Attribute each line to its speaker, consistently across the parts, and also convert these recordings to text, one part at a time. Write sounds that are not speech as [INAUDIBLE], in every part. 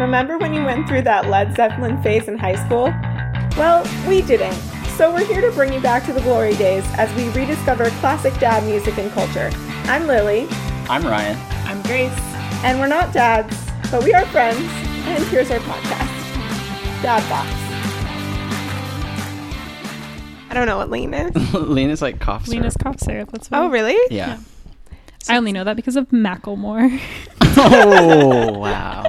Speaker 1: Remember when you went through that Led Zeppelin phase in high school? Well, we didn't. So we're here to bring you back to the glory days as we rediscover classic dad music and culture. I'm Lily,
Speaker 2: I'm Ryan.
Speaker 3: I'm Grace.
Speaker 1: and we're not dads, but we are friends, and here's our podcast Dad Box. I don't know what lean is.
Speaker 2: [LAUGHS]
Speaker 3: [LAUGHS]
Speaker 2: Lena's like coughs.
Speaker 3: Lena's cough syrup. That's what
Speaker 1: oh, really?
Speaker 2: Yeah.
Speaker 3: I only know that because of Macklemore.
Speaker 2: [LAUGHS] oh [LAUGHS] wow.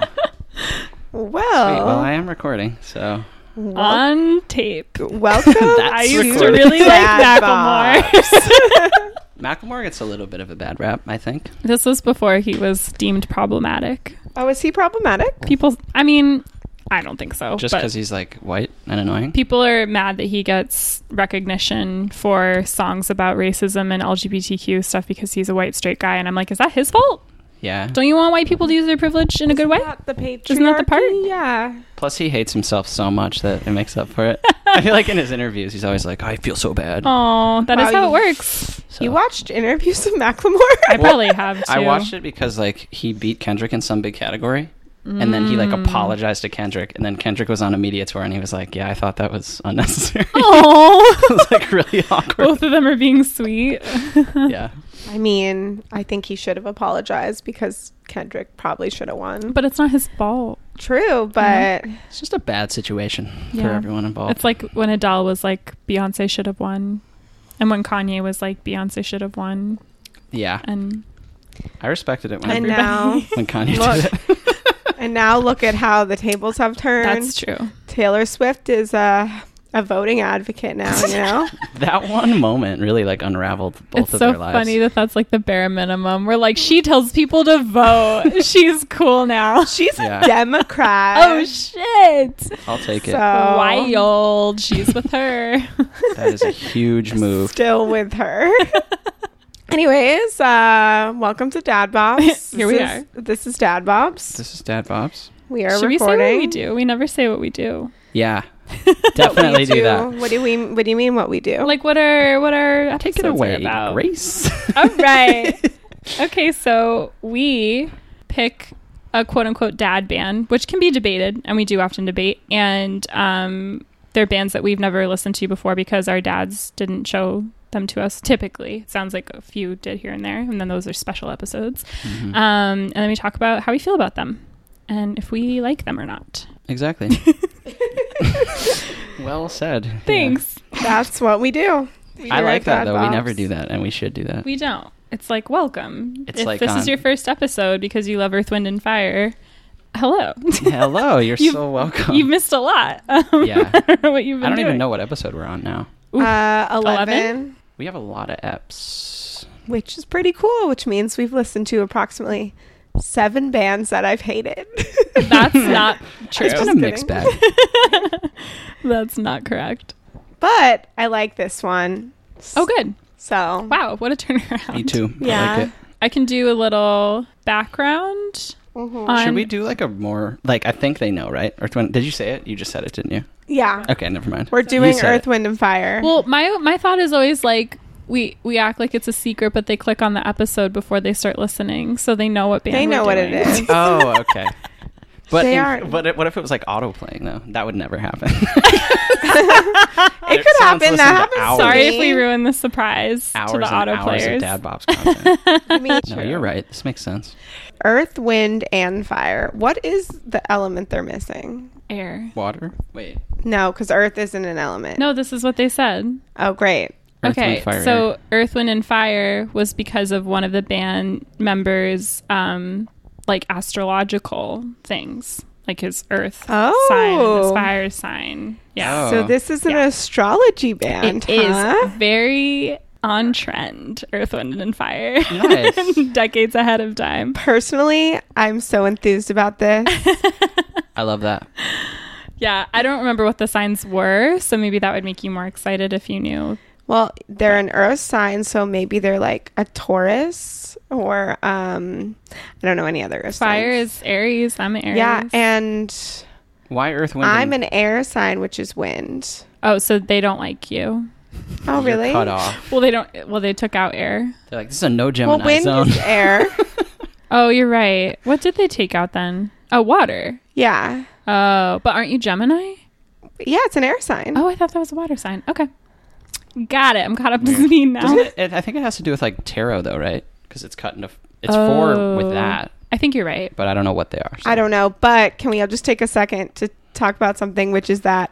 Speaker 2: Wait,
Speaker 1: Well,
Speaker 2: well, I am recording, so
Speaker 3: On tape. [LAUGHS]
Speaker 1: welcome.
Speaker 3: I
Speaker 2: It's
Speaker 3: used to
Speaker 2: recorded.
Speaker 3: really like
Speaker 1: Dad
Speaker 3: Macklemore.
Speaker 1: [LAUGHS]
Speaker 2: Macklemore gets a little bit of a bad rap, I think.
Speaker 3: [LAUGHS] this was before he was deemed problematic.
Speaker 1: oh, is he problematic?
Speaker 3: People, I mean, I don't think so.
Speaker 2: Just
Speaker 3: but
Speaker 2: because he's like white and annoying.
Speaker 3: people are mad that he gets recognition for songs about racism and LGBTQ stuff because he's a white straight guy. And I'm like, is that his fault?
Speaker 2: yeah.
Speaker 3: Don't you want white people to use their privilege in a good way?
Speaker 1: Not the patriarchy.
Speaker 3: Isn't that the part?
Speaker 1: Yeah.
Speaker 2: Plus, he hates himself so much that it makes up
Speaker 3: [LAUGHS]
Speaker 2: for it. [LAUGHS] I feel like in his interviews, he's always like, "I feel so bad."
Speaker 3: Oh, that is
Speaker 1: Wow,
Speaker 3: how it
Speaker 1: you-
Speaker 3: works.
Speaker 2: So-
Speaker 1: You watched interviews of Macklemore.
Speaker 3: Oh.
Speaker 1: [LAUGHS]
Speaker 3: I probably have. Too.
Speaker 2: I watched it because like he beat Kendrick in some big category, and then he like
Speaker 3: Mm.
Speaker 2: apologized to Kendrick, and then Kendrick was on a media tour, and he was like, "Yeah, I thought that was [LAUGHS] unnecessary." it
Speaker 3: Oh,
Speaker 2: was [LAUGHS] like really awkward.
Speaker 3: both of them are
Speaker 1: [LAUGHS]
Speaker 3: being sweet. Oh.
Speaker 2: [LAUGHS] Yeah.
Speaker 1: I mean, I think he should have apologized because Kendrick probably should have won.
Speaker 3: But Uh-huh. it's not his fault.
Speaker 1: True, but
Speaker 2: It's just a bad situation for
Speaker 3: Yeah.
Speaker 2: everyone involved.
Speaker 3: It's like when Adele was like, Beyonce should have won. And when Kanye was like, Beyonce should have won.
Speaker 2: yeah,
Speaker 3: And
Speaker 2: I respected it when
Speaker 1: and
Speaker 2: every-
Speaker 3: [LAUGHS]
Speaker 1: now
Speaker 2: [LAUGHS] when Kanye did
Speaker 1: Look.
Speaker 2: it.
Speaker 1: and now look at how the tables have turned.
Speaker 3: that's true.
Speaker 1: Taylor Swift is a a voting advocate now. You
Speaker 3: [LAUGHS]
Speaker 1: know,
Speaker 2: That one moment really like unraveled both
Speaker 3: it's
Speaker 2: of
Speaker 3: so
Speaker 2: their lives.
Speaker 3: funny that that's like the bare minimum. We're like, she tells people to
Speaker 1: [LAUGHS]
Speaker 3: vote. She's cool now.
Speaker 1: she's
Speaker 2: Yeah.
Speaker 1: [LAUGHS] a Democrat.
Speaker 3: Oh, shit.
Speaker 2: I'll take it.
Speaker 1: So-
Speaker 3: Wild. She's with her.
Speaker 1: [LAUGHS]
Speaker 2: That is a huge move.
Speaker 1: still with her. Anyways, uh, welcome to Dad Bob's.
Speaker 3: [LAUGHS] Here we
Speaker 1: This is- This is Dad Bob's.
Speaker 2: This is Dad Bob's.
Speaker 1: We are
Speaker 3: Should we say
Speaker 1: recording.
Speaker 3: what we do? We never say what we do. [LAUGHS]
Speaker 2: Yeah,
Speaker 1: What do
Speaker 2: definitely
Speaker 1: you
Speaker 2: do that.
Speaker 1: What do we? What do you mean? What we do?
Speaker 3: Like, what are what are
Speaker 2: Take it away,
Speaker 3: about? [LAUGHS]
Speaker 2: Grace. [LAUGHS]
Speaker 3: All right. Okay, so we pick a quote unquote dad band, which can be debated, and we do often debate. And um, they're bands that we've never listened to before because our dads didn't show them to us typically. It sounds like a few did here and there, and then those are special episodes.
Speaker 2: Mhm.
Speaker 3: Um, and then we talk about how we feel about them and if we like them or not. [LAUGHS]
Speaker 2: Exactly. well said. Yeah.
Speaker 3: Thanks.
Speaker 1: That's what we do. We
Speaker 2: I
Speaker 1: do
Speaker 2: like
Speaker 1: Dad
Speaker 2: that though.
Speaker 1: Bob's.
Speaker 2: We never do that, and we should do that.
Speaker 3: We don't. It's like welcome.
Speaker 2: It's
Speaker 3: if
Speaker 2: like um,
Speaker 3: this
Speaker 2: on-
Speaker 3: is your first episode because you love Earth, Wind, and Fire, hello.
Speaker 2: [LAUGHS] Hello, you're
Speaker 3: [LAUGHS] You've-
Speaker 2: so welcome.
Speaker 3: You've missed a lot. [LAUGHS] Um,
Speaker 2: Yeah.
Speaker 3: I don't know what you've
Speaker 2: I
Speaker 3: been
Speaker 2: don't even
Speaker 3: [LAUGHS] doing.
Speaker 2: know what episode we're on now.
Speaker 1: Uh, 11,
Speaker 3: Eleven?
Speaker 2: We have a lot of eps.
Speaker 1: which is pretty cool, which means we've listened to approximately seven bands that I've
Speaker 3: [LAUGHS]
Speaker 1: hated. [LAUGHS]
Speaker 2: [LAUGHS]
Speaker 3: That's not true.
Speaker 2: It's been a
Speaker 1: Just
Speaker 2: mixed bag.
Speaker 1: kidding.
Speaker 3: [LAUGHS] That's not correct.
Speaker 1: but I like this one.
Speaker 3: Oh, good.
Speaker 1: So,
Speaker 3: Wow, what a
Speaker 1: [LAUGHS]
Speaker 3: turnaround.
Speaker 2: Me too. I
Speaker 1: Yeah.
Speaker 2: like it.
Speaker 3: I can do a little background.
Speaker 1: mm-hmm.
Speaker 3: On,
Speaker 2: Should we do like a more like I think they know, right? Or twen- did you say it? You just said it, didn't you?
Speaker 1: yeah.
Speaker 2: Okay, never mind.
Speaker 1: We're
Speaker 2: You
Speaker 1: doing
Speaker 2: said
Speaker 1: Earth,
Speaker 2: it.
Speaker 1: Wind, and Fire.
Speaker 3: [LAUGHS] Well, my my thought is always like we we act like it's a secret, but they click on the episode before they start listening, so they know what band
Speaker 1: they
Speaker 3: we're
Speaker 1: know what
Speaker 3: doing.
Speaker 1: it is.
Speaker 2: Oh, okay. But
Speaker 1: They
Speaker 2: in-
Speaker 1: aren't-
Speaker 2: But it- what if it was like auto playing though? That would
Speaker 1: [LAUGHS]
Speaker 2: never happen.
Speaker 1: [LAUGHS] it could
Speaker 2: sounds
Speaker 1: happen.
Speaker 2: listened to
Speaker 1: That happens. to
Speaker 2: hours.
Speaker 3: [LAUGHS] Sorry
Speaker 1: me.
Speaker 3: if we ruin the surprise
Speaker 2: [LAUGHS] hours
Speaker 3: to the
Speaker 2: and
Speaker 3: auto
Speaker 2: hours of
Speaker 3: players.
Speaker 2: Dad
Speaker 1: [LAUGHS]
Speaker 2: Bob's content.
Speaker 1: I mean,
Speaker 2: no, you're right. This makes sense.
Speaker 1: Earth, Wind, and Fire. What is the element they're missing?
Speaker 3: Air.
Speaker 2: Water. Wait.
Speaker 1: No, because Earth isn't an element.
Speaker 3: No, this is what they said.
Speaker 1: Oh, great.
Speaker 2: Earth,
Speaker 3: okay,
Speaker 2: Wind, Fire,
Speaker 3: so
Speaker 2: Air.
Speaker 3: Earth, Wind, and Fire was because of one of the band members, um, like astrological things, like his Earth
Speaker 1: Oh.
Speaker 3: sign, and his fire sign. Yeah,
Speaker 2: Oh.
Speaker 1: So this is an
Speaker 3: Yeah.
Speaker 1: astrology band.
Speaker 3: it is
Speaker 1: huh?
Speaker 3: very on trend. Earth, Wind, and Fire,
Speaker 2: Nice.
Speaker 3: [LAUGHS] decades ahead of time.
Speaker 1: Personally, I'm so enthused about this.
Speaker 2: I love that.
Speaker 3: Yeah, I don't remember what the signs were, so maybe that would make you more excited if you knew.
Speaker 1: well, they're an Earth sign, so maybe they're like a Taurus or um, I don't know any other Earth
Speaker 3: Fire
Speaker 1: signs.
Speaker 3: is Aries. I'm an Aries.
Speaker 1: yeah, and
Speaker 2: Why Earth, Wind?
Speaker 1: I'm
Speaker 2: and-
Speaker 1: an air sign, which is wind.
Speaker 3: oh, so they don't like you.
Speaker 1: Oh,
Speaker 2: You're
Speaker 1: really?
Speaker 2: Cut off.
Speaker 3: Well, they don't. Well, they took out air.
Speaker 2: They're like this is a no
Speaker 1: Well,
Speaker 2: Gemini
Speaker 1: wind
Speaker 2: zone.
Speaker 1: is air.
Speaker 3: Oh, you're right. What did they take out then? Oh, water.
Speaker 1: Yeah.
Speaker 3: Oh, but aren't you Gemini?
Speaker 1: Yeah, it's an air sign.
Speaker 3: Oh, I thought that was a water sign. Okay. Got it. I'm caught up to speed
Speaker 2: [LAUGHS]
Speaker 3: now.
Speaker 2: Doesn't
Speaker 1: [LAUGHS]
Speaker 2: it, it? I think it has to do with like tarot, though, right? Because it's cut into. It's four
Speaker 3: Oh.
Speaker 2: with that,
Speaker 3: I think you're right.
Speaker 2: but I don't know what they are. so-
Speaker 1: I don't know, but can we all just take a second to talk about something, which is that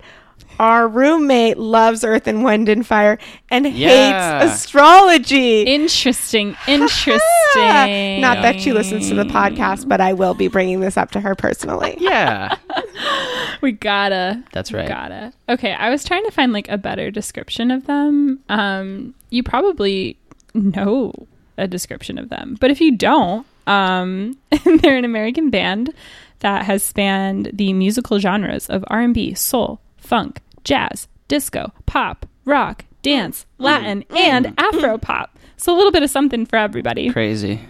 Speaker 1: our roommate loves Earth and Wind and Fire and
Speaker 2: Yeah.
Speaker 1: hates astrology. [LAUGHS]
Speaker 3: Interesting. Interesting.
Speaker 1: Ah, [LAUGHS] Not that she listens to the podcast, but I will be bringing this up to her personally.
Speaker 2: Yeah, [LAUGHS]
Speaker 3: [LAUGHS] We gotta.
Speaker 2: That's right.
Speaker 3: Gotta. Okay, I was trying to find like a better description of them. Um, you probably know a description of them, but if you don't, um, [LAUGHS] they're an American band that has spanned the musical genres of R and B, soul, funk, jazz, disco, pop, rock, dance,
Speaker 2: Hmm.
Speaker 3: Latin, and Afro pop. So a little bit of something for everybody.
Speaker 2: crazy.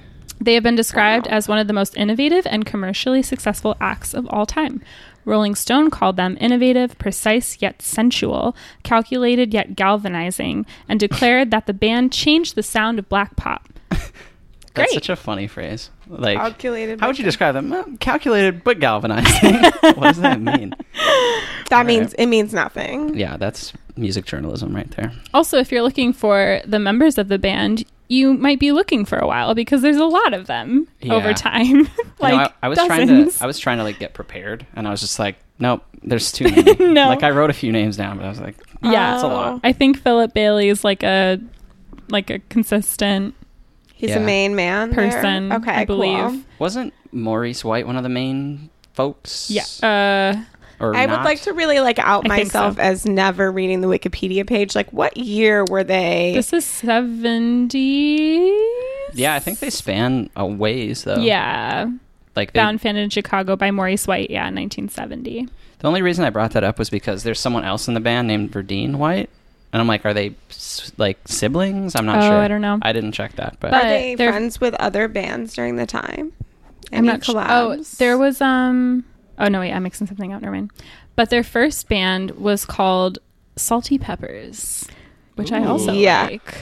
Speaker 3: They have been described as one of the most innovative and commercially successful acts of all time. Rolling Stone called them innovative, precise yet sensual, calculated yet galvanizing, and declared that the band changed the sound of black pop.
Speaker 2: That's
Speaker 3: Great.
Speaker 2: such a funny phrase. Like
Speaker 1: Calculated
Speaker 2: How
Speaker 1: but
Speaker 2: would you describe them? Well, calculated but
Speaker 3: [LAUGHS]
Speaker 2: galvanizing. what does that mean?
Speaker 1: That means it means nothing.
Speaker 2: Yeah, that's music journalism right there.
Speaker 3: Also, if you're looking for the members of the band, you might be looking for a while because there's a lot of them
Speaker 2: Yeah.
Speaker 3: over time. [LAUGHS]
Speaker 2: You
Speaker 3: like
Speaker 2: know, I, I was
Speaker 3: dozens.
Speaker 2: trying to I was trying to like get prepared and I was just like, nope, there's
Speaker 3: [LAUGHS]
Speaker 2: too many.
Speaker 3: No.
Speaker 2: Like I wrote a few names down, but I was like,
Speaker 3: yeah,
Speaker 2: that's a lot.
Speaker 3: I think Philip Bailey is like a like a consistent
Speaker 1: He's
Speaker 2: Yeah.
Speaker 1: a main man there?
Speaker 3: person.
Speaker 1: Okay,
Speaker 3: I believe.
Speaker 1: cool.
Speaker 2: Wasn't Maurice White one of the main folks?
Speaker 3: Yeah. Uh,
Speaker 2: Or
Speaker 1: I would
Speaker 2: not?
Speaker 1: like to really like out
Speaker 3: I think
Speaker 1: myself
Speaker 3: so.
Speaker 1: as never reading the Wikipedia page. Like, what year were they?
Speaker 3: This is 70s?
Speaker 2: Yeah, I think they span a ways though.
Speaker 3: Yeah.
Speaker 2: Like they,
Speaker 3: Bound Fan in Chicago by Maurice White. Yeah, 1970.
Speaker 2: the only reason I brought that up was because there's someone else in the band named Verdine White. And I'm like, are they s- like siblings? I'm not
Speaker 3: Oh,
Speaker 2: sure.
Speaker 3: I don't know.
Speaker 2: I didn't check that, but,
Speaker 1: Are
Speaker 3: But
Speaker 1: they
Speaker 3: they're-
Speaker 1: friends with other bands during the time? Any
Speaker 3: su-
Speaker 1: collabs?
Speaker 3: Oh, there was um. Oh no, wait, I'm mixing something up. Never mind. But their first band was called Salty Peppers, which I also
Speaker 1: Yeah.
Speaker 3: like.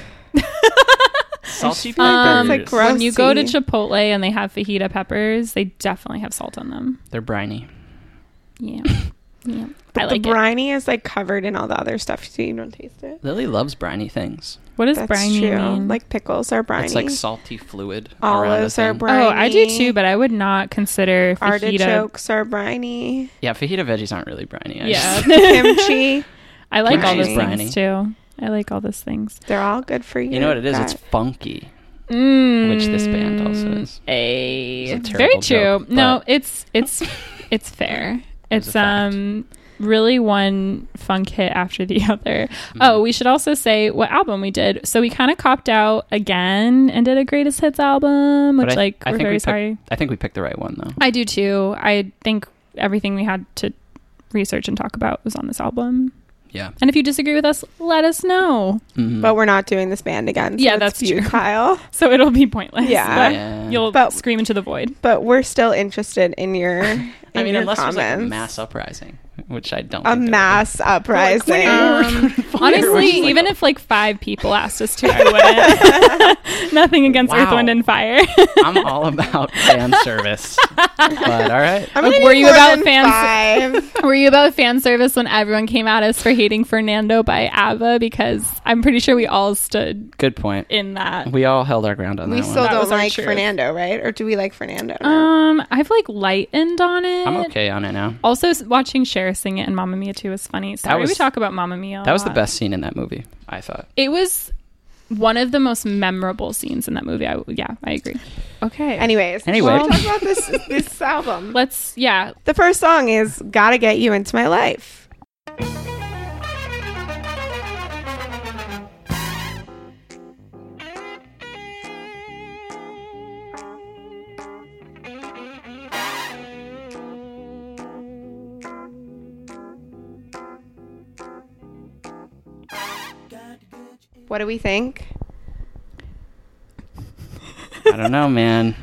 Speaker 2: salty
Speaker 3: Um,
Speaker 1: That's, like,
Speaker 2: peppers.
Speaker 1: gross.
Speaker 3: when you go to
Speaker 1: Grossy.
Speaker 3: Chipotle and they have fajita peppers, they definitely have salt on them.
Speaker 2: They're briny.
Speaker 1: [LAUGHS]
Speaker 3: Yeah, yeah. I
Speaker 1: the
Speaker 3: like it.
Speaker 1: briny is like covered in all the other stuff, so you don't taste it.
Speaker 2: Lily loves briny things.
Speaker 3: What does
Speaker 1: That's
Speaker 3: briny
Speaker 1: true.
Speaker 3: mean?
Speaker 1: Like pickles are briny.
Speaker 2: It's like salty fluid.
Speaker 1: Olives
Speaker 2: around a
Speaker 1: are
Speaker 2: thing.
Speaker 1: briny.
Speaker 3: Oh, I do too, but I would not consider fajita.
Speaker 1: artichokes are briny.
Speaker 2: Yeah, fajita veggies aren't really briny. I
Speaker 3: [LAUGHS]
Speaker 2: just-
Speaker 3: Yeah,
Speaker 1: Kimchi,
Speaker 3: I like all
Speaker 1: Kimchi's
Speaker 3: those things
Speaker 2: briny.
Speaker 3: too. I like all those things.
Speaker 1: [LAUGHS] they're all good for you.
Speaker 2: you know what it is? It's funky, which this band also is.
Speaker 3: Mm. A
Speaker 2: It's a
Speaker 3: very
Speaker 2: terrible
Speaker 3: true.
Speaker 2: joke,
Speaker 3: no,
Speaker 2: but-
Speaker 3: it's it's
Speaker 2: [LAUGHS]
Speaker 3: it's fair.
Speaker 2: was
Speaker 3: It's
Speaker 2: a fact.
Speaker 3: um really one funk hit after the [LAUGHS] other. Oh, we should also say what album we did. So we kind of copped out again and did a greatest hits album, which
Speaker 2: But I-
Speaker 3: like
Speaker 2: I
Speaker 3: we're
Speaker 2: think
Speaker 3: very
Speaker 2: we picked-
Speaker 3: sorry.
Speaker 2: I think we picked the right one though.
Speaker 3: I do too. I think everything we had to research and talk about was on this album.
Speaker 2: Yeah.
Speaker 3: And if you disagree with us, let us know.
Speaker 2: Mhm.
Speaker 1: but we're not doing this band again. So
Speaker 3: Yeah,
Speaker 1: it's
Speaker 3: that's true.
Speaker 1: futile.
Speaker 3: So it'll be pointless.
Speaker 1: Yeah.
Speaker 3: But
Speaker 2: Yeah.
Speaker 3: You'll
Speaker 1: But-
Speaker 3: scream into the void.
Speaker 1: But we're still interested in your. In
Speaker 2: [LAUGHS] I mean,
Speaker 1: your
Speaker 2: unless
Speaker 1: comments.
Speaker 2: there's like a mass uprising, which I don't.
Speaker 1: a
Speaker 2: think there
Speaker 1: mass uprising.
Speaker 3: Um,
Speaker 2: is.
Speaker 3: Honestly,
Speaker 2: Just like,
Speaker 3: even if like five people asked us to, I
Speaker 2: [LAUGHS]
Speaker 3: wouldn't. [LAUGHS] Nothing against Earth,
Speaker 2: Wow.
Speaker 3: Wind, and Fire. [LAUGHS]
Speaker 2: I'm all about
Speaker 1: [LAUGHS]
Speaker 2: fan service, but all right.
Speaker 1: I'm
Speaker 3: Like,
Speaker 1: gonna
Speaker 3: were
Speaker 1: do
Speaker 3: you
Speaker 1: more
Speaker 3: about
Speaker 1: than
Speaker 3: fans-
Speaker 1: five.
Speaker 3: Were you about fan service when everyone came at us for hating Fernando by ABBA? Because I'm pretty sure we all stood
Speaker 2: Good point.
Speaker 3: in that.
Speaker 2: We all held our ground on
Speaker 1: we
Speaker 2: that
Speaker 1: still
Speaker 2: one.
Speaker 3: That
Speaker 1: don't
Speaker 3: was our
Speaker 1: like
Speaker 3: truth.
Speaker 1: Fernando, right? Or do we like Fernando? now?
Speaker 3: Um, I've like lightened on it.
Speaker 2: I'm okay on it now.
Speaker 3: Also, s- watching Cher sing it and Mamma Mia too was funny. Sorry, we
Speaker 2: was-
Speaker 3: talk about Mamma Mia. a
Speaker 2: That was the
Speaker 3: lot.
Speaker 2: best scene in that movie. I thought.
Speaker 3: It was one of the most memorable scenes in that movie. I, yeah, I agree. Okay.
Speaker 1: Anyways,
Speaker 2: Anyway.
Speaker 1: shall we talk about this this [LAUGHS] album.
Speaker 3: Let's, yeah,
Speaker 1: The first song is "Gotta Get You Into My Life." What do we think?
Speaker 2: I don't know, man.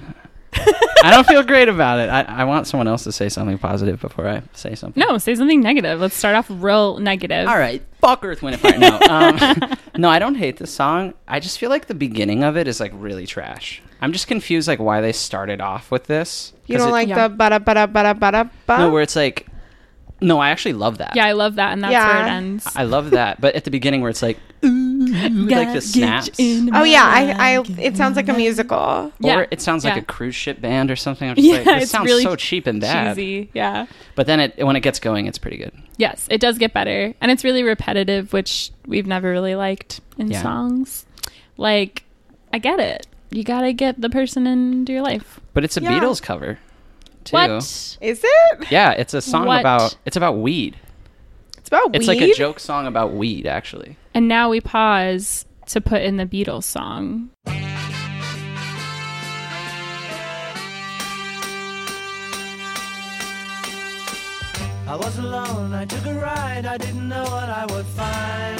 Speaker 2: I don't feel great about it. I, I want someone else to say something positive before I say something.
Speaker 3: No, say something negative. Let's start off real negative.
Speaker 2: All right. Fuck Earth, Wind, and Fire.
Speaker 1: [LAUGHS]
Speaker 2: No. Um, no, I don't hate this song. I just feel like the beginning of it is like really trash. I'm just confused, like why they started off with this.
Speaker 1: You
Speaker 2: 'Cause
Speaker 1: don't
Speaker 2: it-
Speaker 1: like
Speaker 3: Yeah.
Speaker 1: the ba da ba da ba da ba da ba?
Speaker 2: no, where it's like, no, I actually love that.
Speaker 3: Yeah, I love that, and that's
Speaker 1: Yeah.
Speaker 3: where it ends.
Speaker 2: I love that. But at the beginning, where it's like, like the snaps,
Speaker 1: oh yeah, I, I. It sounds like a musical.
Speaker 3: Yeah.
Speaker 2: or it sounds like
Speaker 3: Yeah.
Speaker 2: a cruise ship band or something. I'm just like,
Speaker 3: [LAUGHS] Yeah,
Speaker 2: this
Speaker 3: it's
Speaker 2: sounds
Speaker 3: really
Speaker 2: so cheap and bad.
Speaker 3: Cheesy, yeah.
Speaker 2: But then it when it gets going, it's pretty good.
Speaker 3: Yes, it does get better, and it's really repetitive, which we've never really liked in
Speaker 2: Yeah.
Speaker 3: songs. Like, I get it. You gotta get the person into your life.
Speaker 2: But it's a
Speaker 1: Yeah.
Speaker 2: Beatles cover, too.
Speaker 3: What?
Speaker 1: Is it?
Speaker 2: Yeah, it's a song
Speaker 3: What?
Speaker 2: about it's about weed.
Speaker 1: It's about
Speaker 2: It's
Speaker 1: weed.
Speaker 2: like a joke song about weed, actually.
Speaker 3: And now we pause to put in the Beatles song. [LAUGHS]
Speaker 4: I was alone, I took a ride, I didn't know what I would find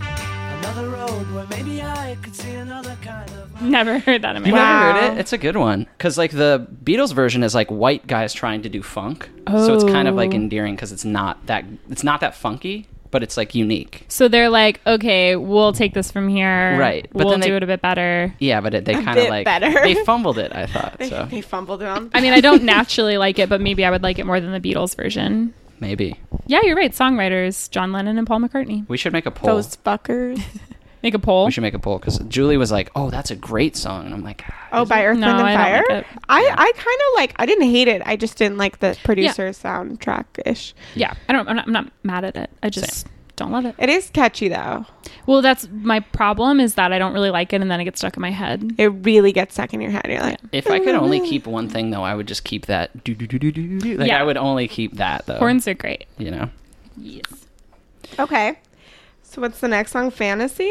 Speaker 4: there. Another road where maybe I could see another kind of.
Speaker 3: Never heard that in my
Speaker 2: You
Speaker 3: life.
Speaker 1: Wow.
Speaker 2: never heard it? It's a good one because like the Beatles version is like white guys trying to do funk, so it's kind of like
Speaker 3: Oh.
Speaker 2: endearing because it's not that it's not that funky, but it's like unique.
Speaker 3: So they're like, okay, we'll take this from here.
Speaker 2: Right, but
Speaker 3: we'll
Speaker 2: then they-
Speaker 3: do it a bit better.
Speaker 2: Yeah, but it, they kind of
Speaker 1: bit
Speaker 2: like
Speaker 1: better.
Speaker 2: they fumbled it. I
Speaker 3: [LAUGHS]
Speaker 2: thought
Speaker 1: [LAUGHS] They,
Speaker 2: so.
Speaker 1: they fumbled it on.
Speaker 3: I mean, I don't naturally like it, but maybe I would like it more than the Beatles version.
Speaker 2: Maybe
Speaker 3: Yeah, you're right. Songwriters, John Lennon and Paul McCartney.
Speaker 2: we should make a poll.
Speaker 1: Those fuckers.
Speaker 3: Make a poll.
Speaker 2: We should make a poll because Julie was like, "Oh, that's a great song," and I'm like, "Ah,
Speaker 1: [LAUGHS] Oh, by Earth,
Speaker 3: No,
Speaker 1: Wind, and
Speaker 3: I
Speaker 1: Fire.
Speaker 3: don't like it.
Speaker 1: I, I kind of like. I didn't hate it. I just didn't like the producer soundtrack ish.
Speaker 3: yeah, I don't. I'm not, I'm not mad at it. I just don't love it.
Speaker 1: It is catchy though.
Speaker 3: Well, that's my problem is that I don't really like it, and then it gets stuck in my head.
Speaker 1: It really gets stuck in your head. You're like,
Speaker 2: If I
Speaker 1: [LAUGHS]
Speaker 2: could only keep one thing though, I would just keep that. do do do do do do. Like
Speaker 3: Yeah.
Speaker 2: I would only keep that though.
Speaker 3: Horns are great.
Speaker 2: You know.
Speaker 3: Yes.
Speaker 1: okay. So what's the next song? Fantasy.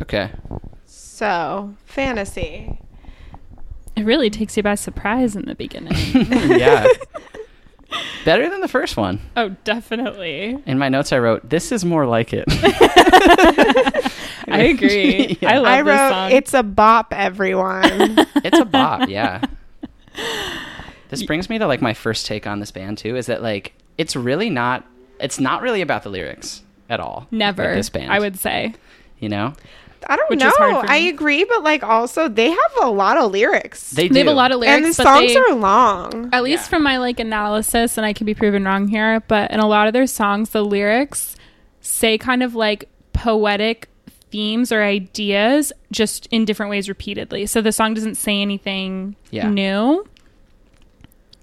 Speaker 2: Okay. [LAUGHS]
Speaker 1: So fantasy.
Speaker 3: It really takes you by surprise in the beginning.
Speaker 2: [LAUGHS] yeah. Better than the first one.
Speaker 3: oh, definitely.
Speaker 2: In my notes, I wrote, "This is more like it." [LAUGHS]
Speaker 3: I agree.
Speaker 2: Yeah.
Speaker 3: I love
Speaker 1: I
Speaker 3: this
Speaker 1: wrote
Speaker 3: song.
Speaker 1: it's a bop,
Speaker 3: [LAUGHS]
Speaker 1: everyone.
Speaker 2: it's a bop. Yeah. This brings me to like my first take on this band too. Is that like it's really not. It's not really about the lyrics at all. with
Speaker 3: never.
Speaker 2: This band.
Speaker 3: I would say.
Speaker 2: You know.
Speaker 1: I don't
Speaker 3: Which
Speaker 1: know.
Speaker 3: is hard for
Speaker 1: I
Speaker 3: me.
Speaker 1: agree, but like also they have a lot of lyrics.
Speaker 2: They, do.
Speaker 3: They have a lot of lyrics,
Speaker 1: and the
Speaker 3: but
Speaker 1: songs
Speaker 3: they-
Speaker 1: are long.
Speaker 3: at least from my like analysis and i could be proven wrong here but in a lot of their songs the lyrics say kind of like poetic themes or ideas just in different ways repeatedly so the song doesn't say anything
Speaker 2: Yeah.
Speaker 3: new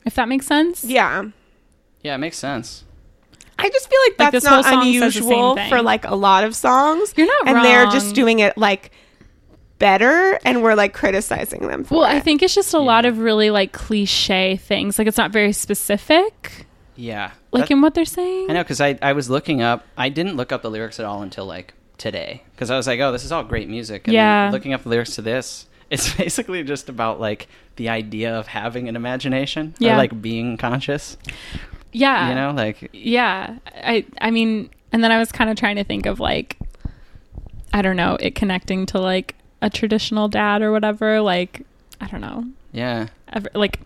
Speaker 3: if that makes sense
Speaker 1: Yeah.
Speaker 2: Yeah, it makes sense.
Speaker 1: I just feel like
Speaker 3: Like,
Speaker 1: that's
Speaker 3: this whole
Speaker 1: not
Speaker 3: song says the same
Speaker 1: unusual
Speaker 3: thing.
Speaker 1: for like a lot of songs.
Speaker 3: You're not
Speaker 1: and they're just
Speaker 3: wrong.
Speaker 1: doing it like better, and we're like criticizing them. For
Speaker 3: well
Speaker 1: it.
Speaker 3: i think it's just a lot of really like cliche things like it's not very specific
Speaker 2: Yeah.
Speaker 3: like
Speaker 2: That-
Speaker 3: in what they're saying
Speaker 2: I know because I, I was looking up. I didn't look up the lyrics at all until like today because I was like, oh, this is all great music. And then
Speaker 3: Yeah.
Speaker 2: looking up the lyrics to this, [LAUGHS] it's basically just about like the idea of having an imagination
Speaker 3: Yeah. Uh.
Speaker 2: or like being conscious.
Speaker 3: yeah
Speaker 2: You know, like
Speaker 3: yeah i i mean and then i was kind of trying to think of like i don't know it connecting to like a traditional dad or whatever like i don't know
Speaker 2: yeah,
Speaker 3: ever, like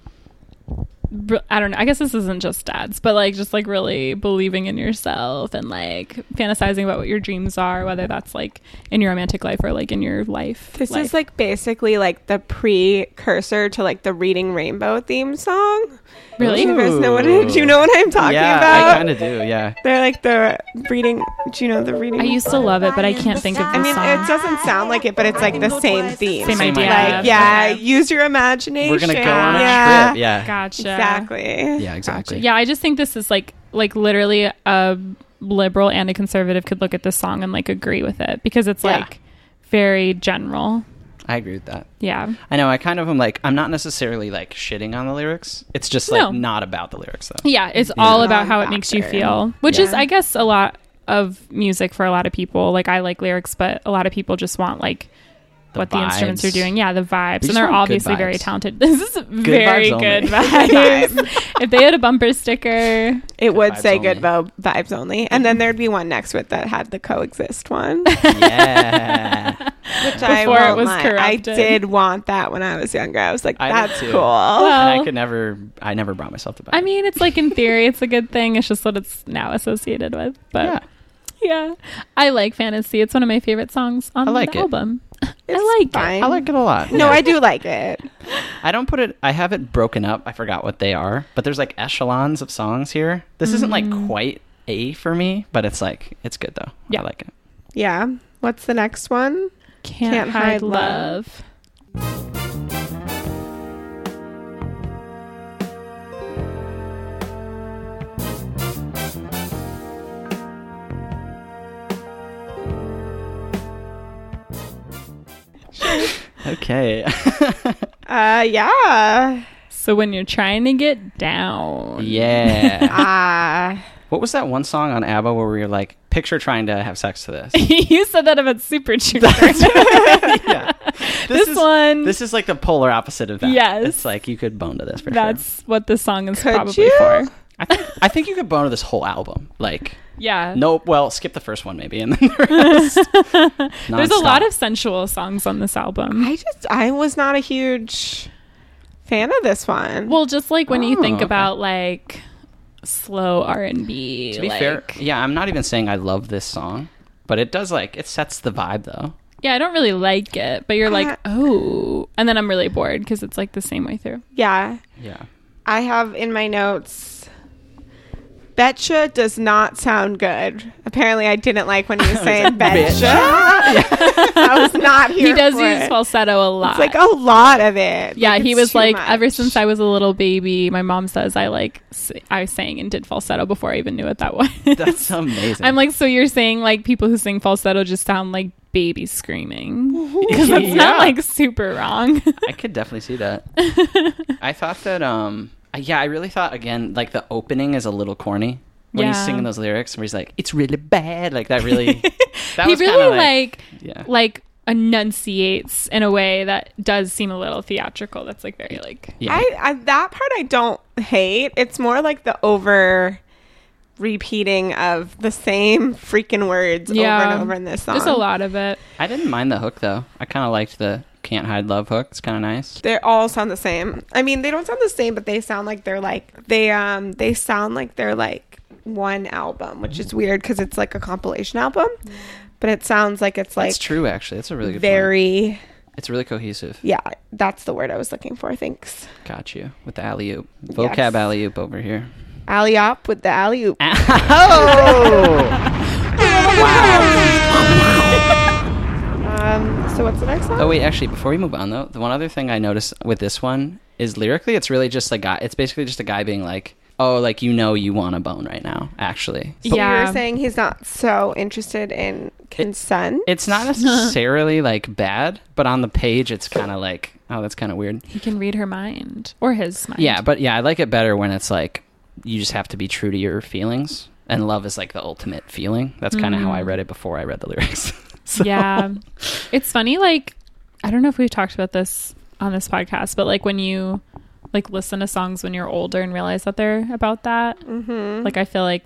Speaker 3: br- i don't know i guess this isn't just dads but like just like really believing in yourself and like fantasizing about what your dreams are whether that's like in your romantic life or like in your life
Speaker 1: this
Speaker 3: life.
Speaker 1: is like basically like the precursor to like the Reading Rainbow theme song.
Speaker 3: Really?
Speaker 1: Do you guys know what?
Speaker 2: Ooh.
Speaker 1: Do you know what I'm talking
Speaker 2: yeah.
Speaker 1: about?
Speaker 2: I kind of do. Yeah,
Speaker 1: They're like the reading. Do you know the reading?
Speaker 3: i used to love it but i can't think of
Speaker 1: I
Speaker 3: the
Speaker 1: mean,
Speaker 3: song
Speaker 1: it doesn't sound like it, but it's like the same theme.
Speaker 3: Same
Speaker 2: Same
Speaker 3: idea.
Speaker 2: idea.
Speaker 1: Like, yeah, use your imagination.
Speaker 2: we're gonna go on a
Speaker 1: yeah.
Speaker 2: trip. Yeah,
Speaker 3: Gotcha.
Speaker 1: Exactly.
Speaker 2: yeah, exactly.
Speaker 3: Yeah, I just think this is like like literally a liberal and a conservative could look at this song and like agree with it because it's
Speaker 2: Yeah.
Speaker 3: like very general.
Speaker 2: I agree with that.
Speaker 3: Yeah.
Speaker 2: I know. I kind of am like I'm not necessarily like shitting on the lyrics. It's just like
Speaker 3: No.
Speaker 2: not about the lyrics though.
Speaker 3: [LAUGHS] Yeah, it's all
Speaker 1: Yeah.
Speaker 3: about how it makes you
Speaker 1: Factor.
Speaker 3: feel, which is
Speaker 1: Yeah.
Speaker 3: I guess a lot of music for a lot of people. Like I like lyrics, but a lot of people just want like what the instruments
Speaker 2: vibes.
Speaker 3: are doing. Yeah, the vibes.
Speaker 2: We
Speaker 3: and
Speaker 2: just
Speaker 3: they're
Speaker 2: want good
Speaker 3: obviously very
Speaker 2: vibes.
Speaker 3: talented. [LAUGHS] This is very
Speaker 2: vibes [LAUGHS]
Speaker 3: good
Speaker 2: only.
Speaker 3: vibes. [LAUGHS] if they had a bumper sticker,
Speaker 1: It would
Speaker 2: vibes
Speaker 1: say good
Speaker 2: only.
Speaker 1: vo- vibes only. And
Speaker 3: Mm-hmm.
Speaker 1: then there'd be one next to it that had the coexist
Speaker 3: [LAUGHS]
Speaker 1: one. Which
Speaker 2: Yeah.
Speaker 1: I
Speaker 3: Before it
Speaker 1: won't
Speaker 3: was
Speaker 1: lie, I
Speaker 3: corrupted.
Speaker 1: did want that when I was younger. I was like,
Speaker 2: I did
Speaker 1: that's
Speaker 2: too.
Speaker 1: cool.
Speaker 2: and I
Speaker 3: [LAUGHS] Well-
Speaker 2: could never, I never brought myself to buy.
Speaker 3: Oh. I
Speaker 2: it.
Speaker 3: mean, it's like in theory, it's a good thing. It's just what it's now associated with. But yeah, I like Fantasy. It's one of my favorite songs on
Speaker 2: I like
Speaker 3: the
Speaker 2: it.
Speaker 3: album.
Speaker 1: It's
Speaker 3: I like
Speaker 1: fine.
Speaker 3: it.
Speaker 2: I like it a lot.
Speaker 1: No,
Speaker 2: Yeah.
Speaker 1: I do like it.
Speaker 2: I don't put it. I have it broken up. I forgot what they are, but there's like echelons of songs here. This isn't like quite A for me, but it's like it's good though.
Speaker 3: Mm. Yeah.
Speaker 2: I like it.
Speaker 1: Yeah. What's the next one?
Speaker 3: Can't,
Speaker 1: Can't
Speaker 3: hide,
Speaker 1: Hide
Speaker 3: love. [LAUGHS]
Speaker 2: Okay.
Speaker 1: Uh, yeah.
Speaker 3: So when you're trying to get down,
Speaker 2: yeah.
Speaker 1: Ah.
Speaker 2: What was that one song on ABBA where we were like, picture trying to have sex to
Speaker 3: [LAUGHS]
Speaker 2: this?
Speaker 3: [LAUGHS] you said that about Super Junior.
Speaker 2: [LAUGHS] yeah.
Speaker 3: This
Speaker 2: is,
Speaker 3: one-
Speaker 2: This is like the polar opposite of that.
Speaker 3: Yes.
Speaker 2: It's like you could bone to this for sure.
Speaker 3: That's what this song is
Speaker 1: Could
Speaker 3: probably
Speaker 1: you?
Speaker 3: for.
Speaker 2: I think, I think you could bone to this whole album.
Speaker 3: [LAUGHS]
Speaker 2: Like,
Speaker 3: Yeah.
Speaker 2: nope. Well, skip the first one maybe, and then [LAUGHS] the
Speaker 3: [LAUGHS]
Speaker 2: rest.
Speaker 3: There's a
Speaker 2: Nonstop.
Speaker 3: lot of sensual songs on this album.
Speaker 1: I just I was not a huge fan of this one.
Speaker 3: well, just like when you
Speaker 2: Oh,
Speaker 3: think
Speaker 2: okay.
Speaker 3: about like slow R and B.
Speaker 2: To be fair, yeah, I'm not even saying I love this song, but it does like it sets the vibe though.
Speaker 3: yeah, I don't really like it, but you're
Speaker 1: Uh,
Speaker 3: like, oh, and then I'm really bored because it's like the same way through.
Speaker 1: yeah,
Speaker 2: Yeah.
Speaker 1: I have in my notes. Betcha does not sound good. Apparently, [LAUGHS] I didn't like when he was saying betcha. [LAUGHS] I was not here.
Speaker 3: he does
Speaker 1: for
Speaker 3: use
Speaker 1: it.
Speaker 3: falsetto a lot.
Speaker 1: It's like a lot of it.
Speaker 3: yeah,
Speaker 1: Like,
Speaker 3: he
Speaker 1: it's
Speaker 3: was
Speaker 1: too
Speaker 3: like, ever
Speaker 1: much.
Speaker 3: since I was a little baby, my mom says I like s- I sang and did falsetto before I even knew what that [LAUGHS] was.
Speaker 2: [LAUGHS] That's amazing.
Speaker 3: I'm like, so you're saying like people who sing falsetto just sound like babies screaming? [LAUGHS] Because that's
Speaker 2: Yeah.
Speaker 3: not like super wrong.
Speaker 2: I could definitely see that.
Speaker 3: [LAUGHS]
Speaker 2: I thought that um I- yeah, I really thought again like the opening is a little corny when he's
Speaker 3: Yeah.
Speaker 2: singing those lyrics where he's like it's really bad like that
Speaker 3: [LAUGHS]
Speaker 2: really that
Speaker 3: he
Speaker 2: was kinda
Speaker 3: really like
Speaker 2: yeah.
Speaker 3: like enunciates in a way that does seem a little theatrical. That's like very like
Speaker 2: yeah.
Speaker 1: I, I that part I don't hate. It's more like the over repeating of the same freaking words over
Speaker 3: Yeah.
Speaker 1: and over in this song.
Speaker 3: there's a lot of it.
Speaker 2: I didn't mind the hook though. I kind of liked the can't hide love hook. It's kind of nice.
Speaker 1: they all sound the same. I mean, they don't sound the same, but they sound like they're like they um they sound like they're like one album, which is weird because it's like a compilation album, but it sounds like it's like
Speaker 2: That's true actually. That's a really good very
Speaker 1: very
Speaker 2: It's really cohesive.
Speaker 1: yeah. That's the word I was looking for. Thanks.
Speaker 2: Got you with the alley-oop. Vocab
Speaker 1: Yes.
Speaker 2: alley-oop over here.
Speaker 1: Alley up with the alley oop. [LAUGHS]
Speaker 2: Oh.
Speaker 1: [LAUGHS] Um. So what's the next song?
Speaker 2: Oh wait, actually, before we move on though, the one other thing I noticed with this one is lyrically, it's really just a guy. It's basically just a guy being like, "Oh, like you know, you want a bone right now." Actually,
Speaker 1: So You
Speaker 3: yeah.
Speaker 1: were saying he's not so interested in consent.
Speaker 2: it's
Speaker 3: [LAUGHS]
Speaker 2: not necessarily like bad, but on the page, it's kind of like, "Oh, that's kind of weird."
Speaker 3: He can read her mind or his mind.
Speaker 2: Yeah, but yeah, I like it better when it's like you just have to be true to your feelings, and love is like the ultimate feeling. That's kind of how I read it before I read the lyrics. [LAUGHS] So-
Speaker 3: Mm. yeah [LAUGHS] it's funny like i don't know if we've talked about this on this podcast but like when you like listen to songs when you're older and realize that they're about that like i feel like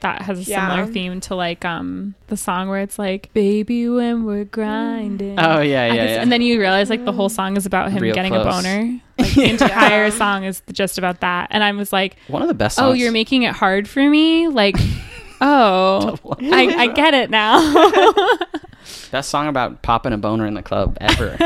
Speaker 3: that has a
Speaker 1: Yeah.
Speaker 3: similar theme to like um the song where it's like baby when we're
Speaker 2: [LAUGHS]
Speaker 3: grinding
Speaker 2: Oh, yeah,
Speaker 3: I
Speaker 2: yeah,
Speaker 3: guess-
Speaker 2: yeah.
Speaker 3: and then you realize like the whole song is about him
Speaker 2: Real
Speaker 3: getting a
Speaker 2: close.
Speaker 3: boner
Speaker 2: [LAUGHS]
Speaker 3: like the entire song is just about that and i was like
Speaker 2: One of the best.
Speaker 3: oh
Speaker 2: songs. [LAUGHS]
Speaker 3: you're making it hard for
Speaker 1: [LAUGHS]
Speaker 3: me like oh I, I get it now [LAUGHS]
Speaker 2: Best song about popping a boner in the club ever.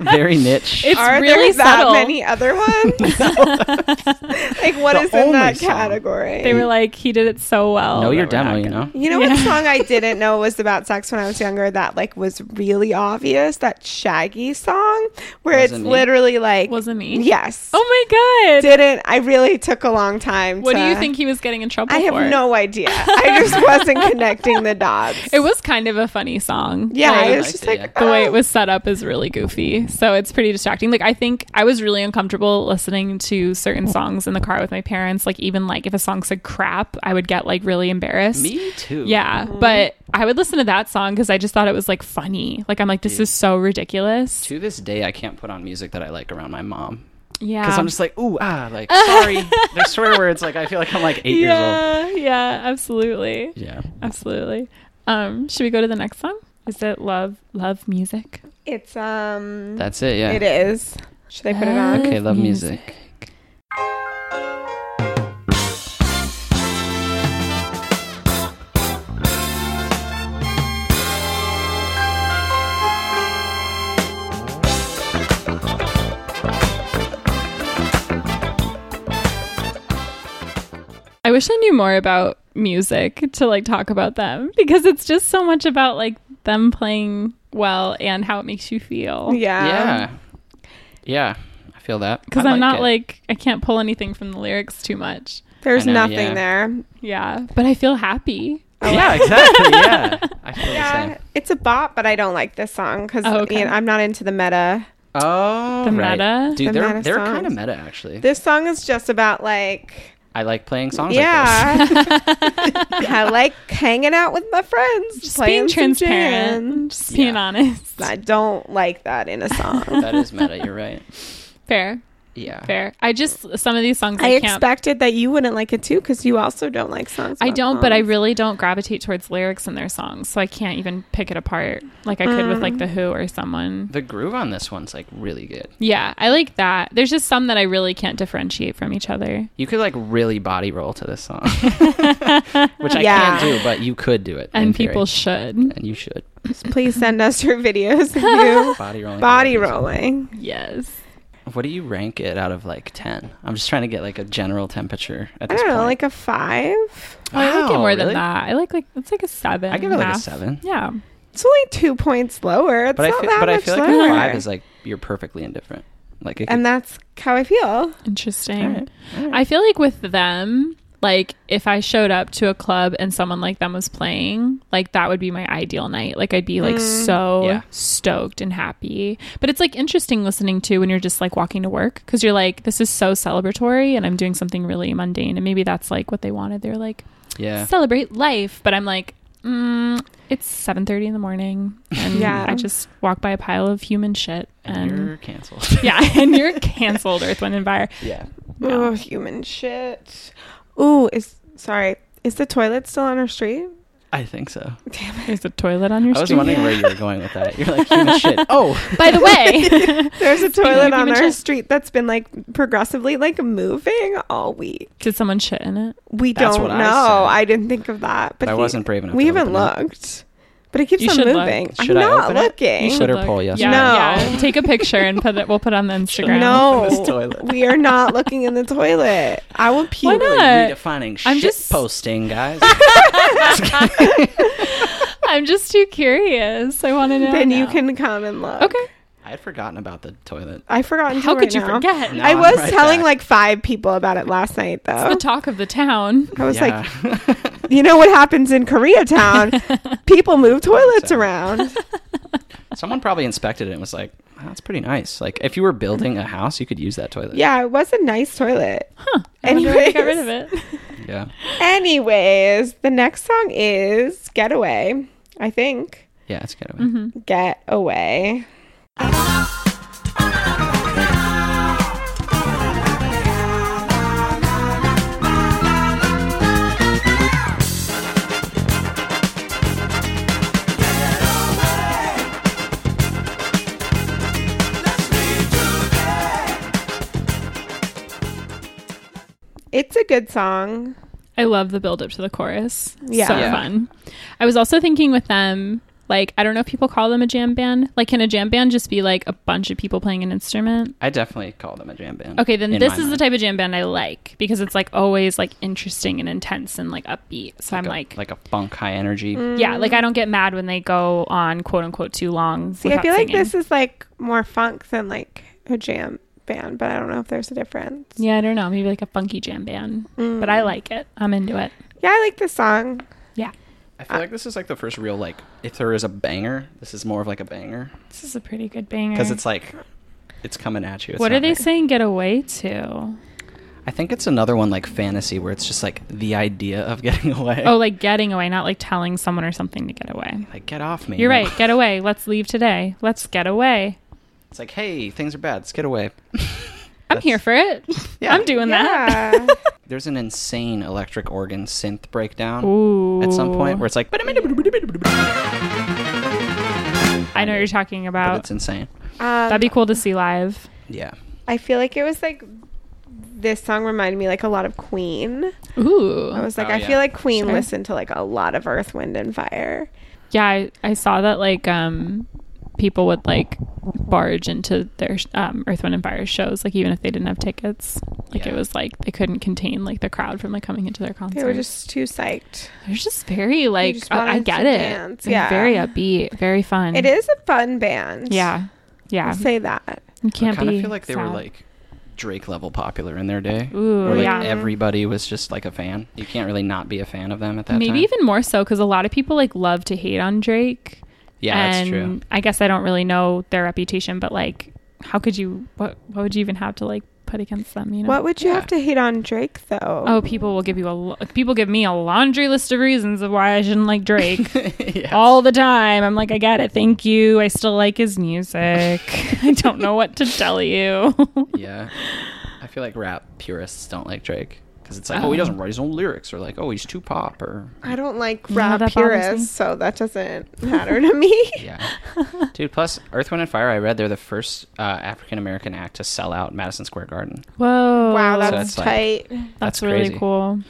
Speaker 2: Very niche.
Speaker 3: It's
Speaker 1: Are
Speaker 3: really
Speaker 1: there that
Speaker 3: subtle.
Speaker 1: many other
Speaker 3: [LAUGHS]
Speaker 1: ones? [LAUGHS] like what
Speaker 2: The
Speaker 1: is in
Speaker 2: only
Speaker 1: that
Speaker 2: song.
Speaker 1: category?
Speaker 3: They were like, he did it so well.
Speaker 2: know
Speaker 3: that
Speaker 2: your
Speaker 3: we're not
Speaker 2: demo, you
Speaker 3: gonna-
Speaker 2: know.
Speaker 1: You know
Speaker 3: Yeah.
Speaker 1: what song
Speaker 3: [LAUGHS]
Speaker 1: I didn't know was about sex when I was younger that like was really obvious? That Shaggy song where it's
Speaker 2: Wasn't Me?
Speaker 1: literally like
Speaker 3: Wasn't Me?
Speaker 1: Yes.
Speaker 3: Oh my god!
Speaker 1: didn't I really took a long time
Speaker 3: what do
Speaker 1: to-
Speaker 3: you think he was getting in trouble
Speaker 1: I have
Speaker 3: for?
Speaker 1: no
Speaker 3: [LAUGHS]
Speaker 1: idea. I just wasn't connecting the dots.
Speaker 3: It was kind of a funny song.
Speaker 1: yeah,
Speaker 3: Like,
Speaker 1: I was
Speaker 2: liked
Speaker 1: just
Speaker 2: it,
Speaker 1: like
Speaker 2: yeah.
Speaker 3: the way
Speaker 1: oh.
Speaker 3: it was set up is really goofy, so it's pretty distracting. Like I think I was really uncomfortable listening to certain songs in the car with my parents. Like even like if a song said crap, I would get like really embarrassed.
Speaker 2: Me too.
Speaker 3: Yeah, but I would listen to that song because I just thought it was like funny. Like I'm like, this is so ridiculous.
Speaker 2: To this day, I can't put on music that I like around my mom
Speaker 3: yeah,
Speaker 2: because I'm just like, ooh, ah, like sorry, there's swear words. Like I feel like I'm like eight years
Speaker 3: yeah, yeah, absolutely,
Speaker 2: old. Yeah.
Speaker 3: absolutely. Um, should we go to the next song? Is it love, love music?
Speaker 1: It's um.
Speaker 2: That's it. Yeah.
Speaker 1: It is. Should I put it on?
Speaker 2: Okay, love music.
Speaker 3: I wish I knew more about music to like talk about them [LAUGHS] because it's just so much about like them playing well and how it makes you feel.
Speaker 1: Yeah.
Speaker 2: yeah. Yeah. I feel that.
Speaker 3: Because
Speaker 2: I
Speaker 3: I'm not
Speaker 2: it.
Speaker 3: like I can't pull anything from the lyrics too much.
Speaker 1: There's
Speaker 2: I know,
Speaker 1: nothing
Speaker 2: yeah.
Speaker 1: there.
Speaker 3: Yeah, but I feel happy. [LAUGHS]
Speaker 2: [LAUGHS] Yeah, exactly. Yeah. I feel the
Speaker 1: Yeah,
Speaker 2: same.
Speaker 1: it's a bop, but I don't like this song because
Speaker 3: Oh, okay.
Speaker 1: I'm not into the meta.
Speaker 2: Oh,
Speaker 3: The
Speaker 2: right.
Speaker 3: meta?
Speaker 2: Dude,
Speaker 1: The
Speaker 2: they're
Speaker 1: meta
Speaker 2: they're
Speaker 1: songs.
Speaker 2: kind of meta actually.
Speaker 1: This song is just about like,
Speaker 2: I like playing songs like
Speaker 1: yeah, [LAUGHS] I like hanging out with my friends,
Speaker 3: Just
Speaker 1: playing
Speaker 3: being
Speaker 1: some
Speaker 3: transparent,
Speaker 1: jams.
Speaker 3: just being
Speaker 2: Yeah.
Speaker 3: honest.
Speaker 1: I don't like that in a
Speaker 2: this.
Speaker 1: song.
Speaker 2: That is meta, you're right.
Speaker 3: Fair,
Speaker 2: Yeah.
Speaker 3: fair. I just some of these songs [LAUGHS] I,
Speaker 1: I
Speaker 3: can't.
Speaker 1: expected that you wouldn't like it too because you also don't like songs.
Speaker 3: I
Speaker 1: about
Speaker 3: don't, but I
Speaker 1: clowns.
Speaker 3: really don't gravitate towards lyrics in their songs, so I can't even pick it apart like I could with like the Who or someone.
Speaker 2: The groove on this one's like really good.
Speaker 3: Yeah, I like that. There's just some that I really can't differentiate from
Speaker 2: [LAUGHS]
Speaker 3: each other.
Speaker 2: You could like really body roll to this song. [LAUGHS] Which I
Speaker 1: Yeah.
Speaker 2: can't do, but you could do it. in
Speaker 3: [LAUGHS] And
Speaker 2: theory.
Speaker 3: people should.
Speaker 2: and you should.
Speaker 1: Please send us your videos of you
Speaker 3: [LAUGHS]
Speaker 1: [LAUGHS]
Speaker 2: Body rolling.
Speaker 1: body
Speaker 2: movies.
Speaker 1: rolling.
Speaker 3: Yes.
Speaker 2: What do you rank it out of like 10? I'm just trying to get like a general temperature at
Speaker 1: I
Speaker 2: this
Speaker 1: don't know,
Speaker 2: point.
Speaker 1: like a five.
Speaker 3: Oh, I like it
Speaker 2: Wow,
Speaker 3: more
Speaker 2: really?
Speaker 3: than that. I like like it's like a seven.
Speaker 2: I give it
Speaker 3: and
Speaker 2: like a
Speaker 3: half.
Speaker 2: seven.
Speaker 3: Yeah.
Speaker 1: It's only two points lower. It's
Speaker 2: But I
Speaker 1: not
Speaker 2: feel,
Speaker 1: that
Speaker 2: but
Speaker 1: much
Speaker 2: I feel like
Speaker 1: lower.
Speaker 2: a five is like you're perfectly indifferent. Like it could,
Speaker 1: and that's how I feel.
Speaker 3: Interesting.
Speaker 2: Alright, alright.
Speaker 3: I feel like with them, like if I showed up to a club and someone like them was playing, like that would be my ideal night. Like I'd be like so
Speaker 2: Yeah.
Speaker 3: stoked and happy. But it's like interesting listening to when you're just like walking to work because you're like, this is so celebratory and I'm doing something really mundane. And maybe that's like what they wanted. They're like,
Speaker 2: yeah.
Speaker 3: celebrate life. But I'm like, mm, it's 7.30 in the morning and
Speaker 1: Yeah.
Speaker 3: I just walk by a pile of human shit.
Speaker 2: And
Speaker 3: And,
Speaker 2: you're canceled.
Speaker 3: [LAUGHS] yeah, and you're canceled, Earth, Wind, and Fire.
Speaker 2: yeah.
Speaker 1: Oh, human shit. Ooh, is sorry. Is the toilet still on our
Speaker 2: [LAUGHS]
Speaker 1: street?
Speaker 2: I think so.
Speaker 3: There's a toilet on your
Speaker 2: I was
Speaker 3: street.
Speaker 2: wondering where you were going with that. You're like human
Speaker 3: [LAUGHS]
Speaker 2: shit. Oh,
Speaker 3: By
Speaker 2: [LAUGHS]
Speaker 3: the way, [LAUGHS]
Speaker 1: There's a toilet
Speaker 3: of
Speaker 1: on
Speaker 3: human
Speaker 1: our
Speaker 3: shit.
Speaker 1: street that's been like progressively like moving all week.
Speaker 3: did someone shit in it?
Speaker 1: We
Speaker 2: That's
Speaker 1: don't
Speaker 2: what I
Speaker 1: know.
Speaker 2: said.
Speaker 1: I, didn't think of that. But
Speaker 2: I
Speaker 1: he-
Speaker 2: wasn't brave enough
Speaker 1: We
Speaker 2: to
Speaker 1: haven't
Speaker 2: open it.
Speaker 1: looked. But it keeps
Speaker 3: You
Speaker 1: on
Speaker 3: should look.
Speaker 1: moving. I'm
Speaker 2: Should I
Speaker 1: not
Speaker 2: open it?
Speaker 1: looking.
Speaker 2: should Twitter poll, yes.
Speaker 3: Yeah,
Speaker 1: No.
Speaker 3: yeah. Take a picture and put it. We'll put it on the Instagram.
Speaker 1: No,
Speaker 2: This toilet.
Speaker 1: we are not looking
Speaker 2: [LAUGHS]
Speaker 1: in the toilet. I will puke.
Speaker 3: Why
Speaker 2: really
Speaker 3: not?
Speaker 2: redefining shit
Speaker 3: I'm just-
Speaker 2: posting,
Speaker 3: [LAUGHS]
Speaker 2: guys.
Speaker 3: I'm just too curious. I want to know.
Speaker 1: Then you
Speaker 3: now.
Speaker 1: can come and look.
Speaker 3: Okay.
Speaker 2: I had forgotten about the toilet.
Speaker 1: I forgot until
Speaker 3: How
Speaker 1: right
Speaker 3: could you
Speaker 1: now.
Speaker 3: forget?
Speaker 2: No,
Speaker 1: I
Speaker 2: I'm
Speaker 1: was
Speaker 2: right
Speaker 1: telling
Speaker 2: back.
Speaker 1: like five people about it last night though.
Speaker 3: The talk of the town. [LAUGHS]
Speaker 1: I was like,
Speaker 2: [LAUGHS] like,
Speaker 1: you know what happens in
Speaker 3: [LAUGHS]
Speaker 1: Koreatown? people move toilets
Speaker 2: Sorry.
Speaker 1: around.
Speaker 2: someone probably inspected it and was like, "Wow, "That's pretty nice." Like, if you were building a house, you could use that toilet.
Speaker 1: Yeah, it was a nice toilet.
Speaker 3: Huh. I wonder where they got rid of
Speaker 1: Anyways.
Speaker 3: it.
Speaker 2: yeah,
Speaker 1: Anyways, the next song is Getaway, I think.
Speaker 2: yeah. It's kind of.
Speaker 3: Mm-hmm.
Speaker 1: Get Away. It's a good song.
Speaker 3: I love the build up to the chorus.
Speaker 1: Yeah.
Speaker 3: So
Speaker 2: Yeah.
Speaker 3: fun. I was also thinking with them, like, I don't know if people call them a jam band. Like, can a jam band just be like a bunch of people playing an instrument?
Speaker 2: I definitely call them a jam band.
Speaker 3: Okay, then
Speaker 2: in
Speaker 3: this
Speaker 2: my
Speaker 3: is the
Speaker 2: mind.
Speaker 3: type of jam band I like because it's like always like interesting and intense and like upbeat. So I'm
Speaker 2: a-
Speaker 3: like,
Speaker 2: like a funk, high energy.
Speaker 3: yeah, like I don't get mad when they go on quote unquote too long.
Speaker 1: See, I
Speaker 3: without
Speaker 1: feel like
Speaker 3: singing.
Speaker 1: this is like more funk than like a jam band, but I don't know if there's a difference.
Speaker 3: Yeah, I don't know, maybe like a funky jam band,
Speaker 1: Mm.
Speaker 3: but I like it. I'm into it.
Speaker 1: Yeah, I like this song.
Speaker 3: Yeah,
Speaker 2: I feel like this is like the first real like if there is a banger, this is more of like a banger
Speaker 3: this is a pretty good banger.
Speaker 2: because it's like it's coming at you. It's
Speaker 3: what
Speaker 2: not
Speaker 3: are they
Speaker 2: like-
Speaker 3: saying? Get away to?
Speaker 2: I think it's another one like fantasy where it's just like the idea of getting [LAUGHS] away.
Speaker 3: Oh, like getting away, not like telling someone or something to get away.
Speaker 2: like get off me.
Speaker 3: You're
Speaker 2: No.
Speaker 3: right. Get away. Let's leave today. Let's get away.
Speaker 2: It's like, hey, things are bad. Let's get away.
Speaker 3: I'm here for it.
Speaker 2: Yeah.
Speaker 3: I'm doing that.
Speaker 1: Yeah. [LAUGHS]
Speaker 2: There's an insane electric organ synth breakdown
Speaker 3: Ooh.
Speaker 2: at some point where it's like,
Speaker 1: Um,
Speaker 3: I know what you're talking
Speaker 2: but
Speaker 3: about.
Speaker 2: it's insane.
Speaker 3: That'd be cool to see live.
Speaker 2: Yeah.
Speaker 1: I feel like it was like this song reminded me like a lot of Queen.
Speaker 3: Ooh.
Speaker 1: I was like,
Speaker 2: Oh,
Speaker 1: I
Speaker 2: yeah.
Speaker 1: feel like Queen
Speaker 3: Sure.
Speaker 1: listened to like a lot of Earth, Wind, and Fire.
Speaker 3: Yeah, I, I saw that like um people would like barge into their um, Earth, Wind, and Fire shows, like even if they didn't have tickets. Like
Speaker 2: Yeah.
Speaker 3: it was like they couldn't contain like the crowd from like coming into their concert.
Speaker 1: They were just too psyched.
Speaker 3: They're just very like
Speaker 1: just
Speaker 3: I- I
Speaker 1: wanted
Speaker 3: get
Speaker 1: to
Speaker 3: it.
Speaker 1: dance,
Speaker 3: They're
Speaker 1: yeah.
Speaker 3: Very upbeat, very fun.
Speaker 1: It is a fun band.
Speaker 3: Mm. Yeah.
Speaker 1: I'll
Speaker 3: Yeah.
Speaker 1: say that.
Speaker 3: You
Speaker 2: I
Speaker 3: can't
Speaker 2: kind
Speaker 3: be
Speaker 2: of feel like they were
Speaker 3: sad.
Speaker 2: like Drake level popular in their day.
Speaker 3: Ooh,
Speaker 2: where like
Speaker 3: yeah.
Speaker 2: everybody was just like a fan. You can't really not be a fan of them at that
Speaker 3: maybe
Speaker 2: time.
Speaker 3: even more so because a lot of people like love to hate on Drake.
Speaker 2: Yeah,
Speaker 3: and
Speaker 2: that's true.
Speaker 3: I guess I don't really know their reputation, but like, how could you? What what would you even have to like put against them? You know.
Speaker 1: What would you
Speaker 2: Yeah.
Speaker 1: have to hate on Drake though?
Speaker 3: Oh, people will give you a lo- people give me a laundry list of reasons of why I shouldn't
Speaker 1: [LAUGHS]
Speaker 3: like Drake
Speaker 2: Yes.
Speaker 3: all the time. I'm like, I get it. Thank you. I still like his music. [LAUGHS] I don't know what to
Speaker 2: [LAUGHS]
Speaker 3: tell you.
Speaker 2: Yeah. I feel like rap purists don't like Drake because it's like, oh, he doesn't write his own lyrics, or like, oh, he's too pop, or
Speaker 1: I don't like
Speaker 3: Yeah,
Speaker 1: rap
Speaker 3: that bothers me.
Speaker 1: purists, so that doesn't matter to
Speaker 3: [LAUGHS]
Speaker 1: me.
Speaker 2: yeah, dude. Plus, Earth, Wind, and Fire. I read they're the first uh, African American act to sell out Madison Square Garden.
Speaker 3: Whoa.
Speaker 1: Wow,
Speaker 2: So
Speaker 1: that's
Speaker 2: that's, like-
Speaker 1: tight.
Speaker 3: That's
Speaker 2: That's
Speaker 3: really
Speaker 2: crazy.
Speaker 3: cool.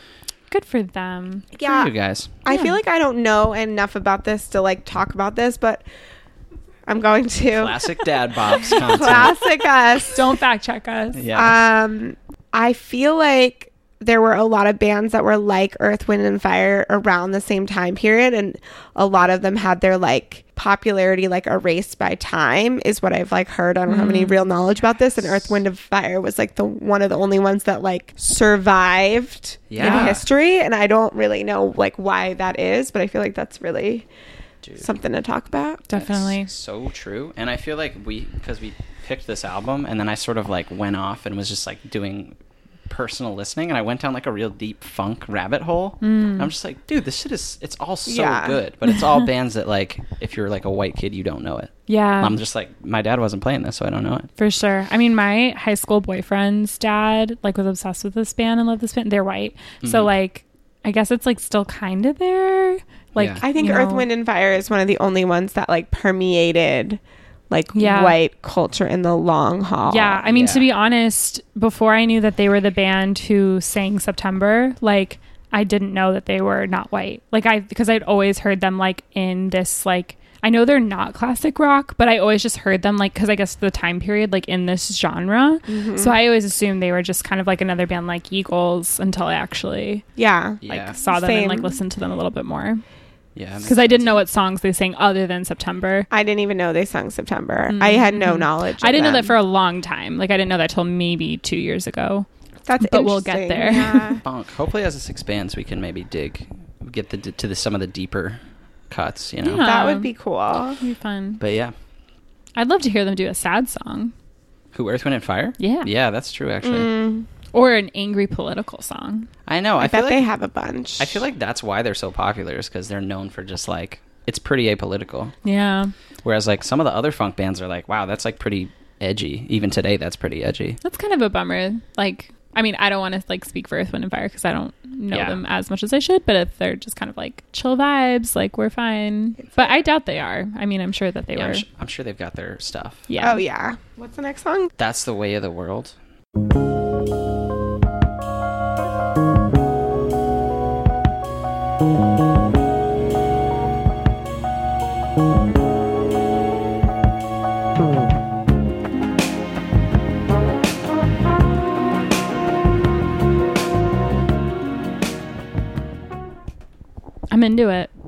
Speaker 3: Good for them.
Speaker 2: Yeah, you
Speaker 1: yeah.
Speaker 2: guys.
Speaker 1: I feel like I don't know enough about this to like talk about this, but I'm going to [LAUGHS]
Speaker 2: Classic dad bops content.
Speaker 1: classic us.
Speaker 3: Don't fact check us.
Speaker 1: [LAUGHS]
Speaker 2: Yeah,
Speaker 1: Um, I feel like there were a lot of bands that were like Earth, Wind, and Fire around the same time period, and a lot of them had their like popularity like erased by time is what I've like heard. I don't have any real knowledge about this. And Earth, Wind, and Fire was like the one of the only ones that like survived in
Speaker 2: Yeah.
Speaker 1: history, and I don't really know like why that is, but I feel like that's really something to talk about.
Speaker 3: Definitely.
Speaker 2: That's so true. And I feel like we because we picked this album, and then I sort of like went off and was just like doing personal listening and I went down like a real deep funk rabbit hole.
Speaker 3: Mm.
Speaker 2: And I'm just like, dude, this shit is it's all so
Speaker 1: Yeah.
Speaker 2: good, but it's
Speaker 1: [LAUGHS]
Speaker 2: all bands that like if you're like a white kid, you don't know it.
Speaker 3: Yeah.
Speaker 2: I'm just like, my dad wasn't playing this, so I don't know it.
Speaker 3: For sure. I mean, my high school boyfriend's dad like was obsessed with this band and loved this band. They're white, so like I guess it's like still kind of there. Like
Speaker 2: Yeah.
Speaker 1: I think
Speaker 3: you
Speaker 1: Earth,
Speaker 3: know-
Speaker 1: Wind, and Fire is one of the only ones that like permeated like
Speaker 3: Yeah.
Speaker 1: white culture in the long haul.
Speaker 3: Yeah, I mean to
Speaker 2: Yeah.
Speaker 3: be honest, before I knew that they were the band who sang September, like I didn't know that they were not white. Like I because I'd always heard them like in this like I know they're not classic rock, but I always just heard them like cuz I guess the time period like in this genre. So I always assumed they were just kind of like another band like Eagles until I actually
Speaker 1: yeah.
Speaker 2: Yeah.
Speaker 3: like saw them and like
Speaker 1: Same.
Speaker 3: listened to them a little bit more
Speaker 2: Yeah.
Speaker 3: because I didn't know what songs they sang other than September.
Speaker 1: I didn't even know they sung September. I had no knowledge.
Speaker 3: Mm-hmm. I
Speaker 1: of
Speaker 3: didn't know
Speaker 1: them.
Speaker 3: that for a long time. Like I didn't know that till maybe two years ago.
Speaker 1: That's
Speaker 3: but we'll get
Speaker 1: interesting.
Speaker 3: there. [LAUGHS]
Speaker 1: Yeah.
Speaker 2: funk. Hopefully as this expands we can maybe dig get the to the some of the deeper cuts, you know.
Speaker 3: Yeah.
Speaker 1: that would be cool.
Speaker 3: It'd be fun.
Speaker 2: But yeah.
Speaker 3: I'd love to hear them do a sad song
Speaker 2: Who Earth Wind and Fire?
Speaker 3: Yeah. Mm.
Speaker 2: Yeah, that's true actually.
Speaker 3: or an angry political song.
Speaker 2: I know. I,
Speaker 1: I
Speaker 2: feel
Speaker 1: bet
Speaker 2: like
Speaker 1: they have a bunch.
Speaker 2: I feel like that's why they're so popular is because they're known for just like it's pretty apolitical.
Speaker 3: Yeah,
Speaker 2: Whereas like some of the other funk bands are like, wow, that's like pretty edgy. Even today, that's pretty edgy.
Speaker 3: that's kind of a bummer. Like, I mean, I don't want to like speak for Earth, Wind, and Fire because I don't know
Speaker 2: Yeah.
Speaker 3: them as much as I should. But if they're just kind of like chill vibes, like we're fine. But I doubt they are. I mean, I'm sure that they
Speaker 2: Yeah,
Speaker 3: were.
Speaker 2: I'm, su- I'm sure they've got their stuff.
Speaker 3: yeah.
Speaker 1: Oh yeah. What's the next
Speaker 3: [LAUGHS]
Speaker 1: song?
Speaker 2: That's the way of the world.
Speaker 3: I'm into it. [LAUGHS]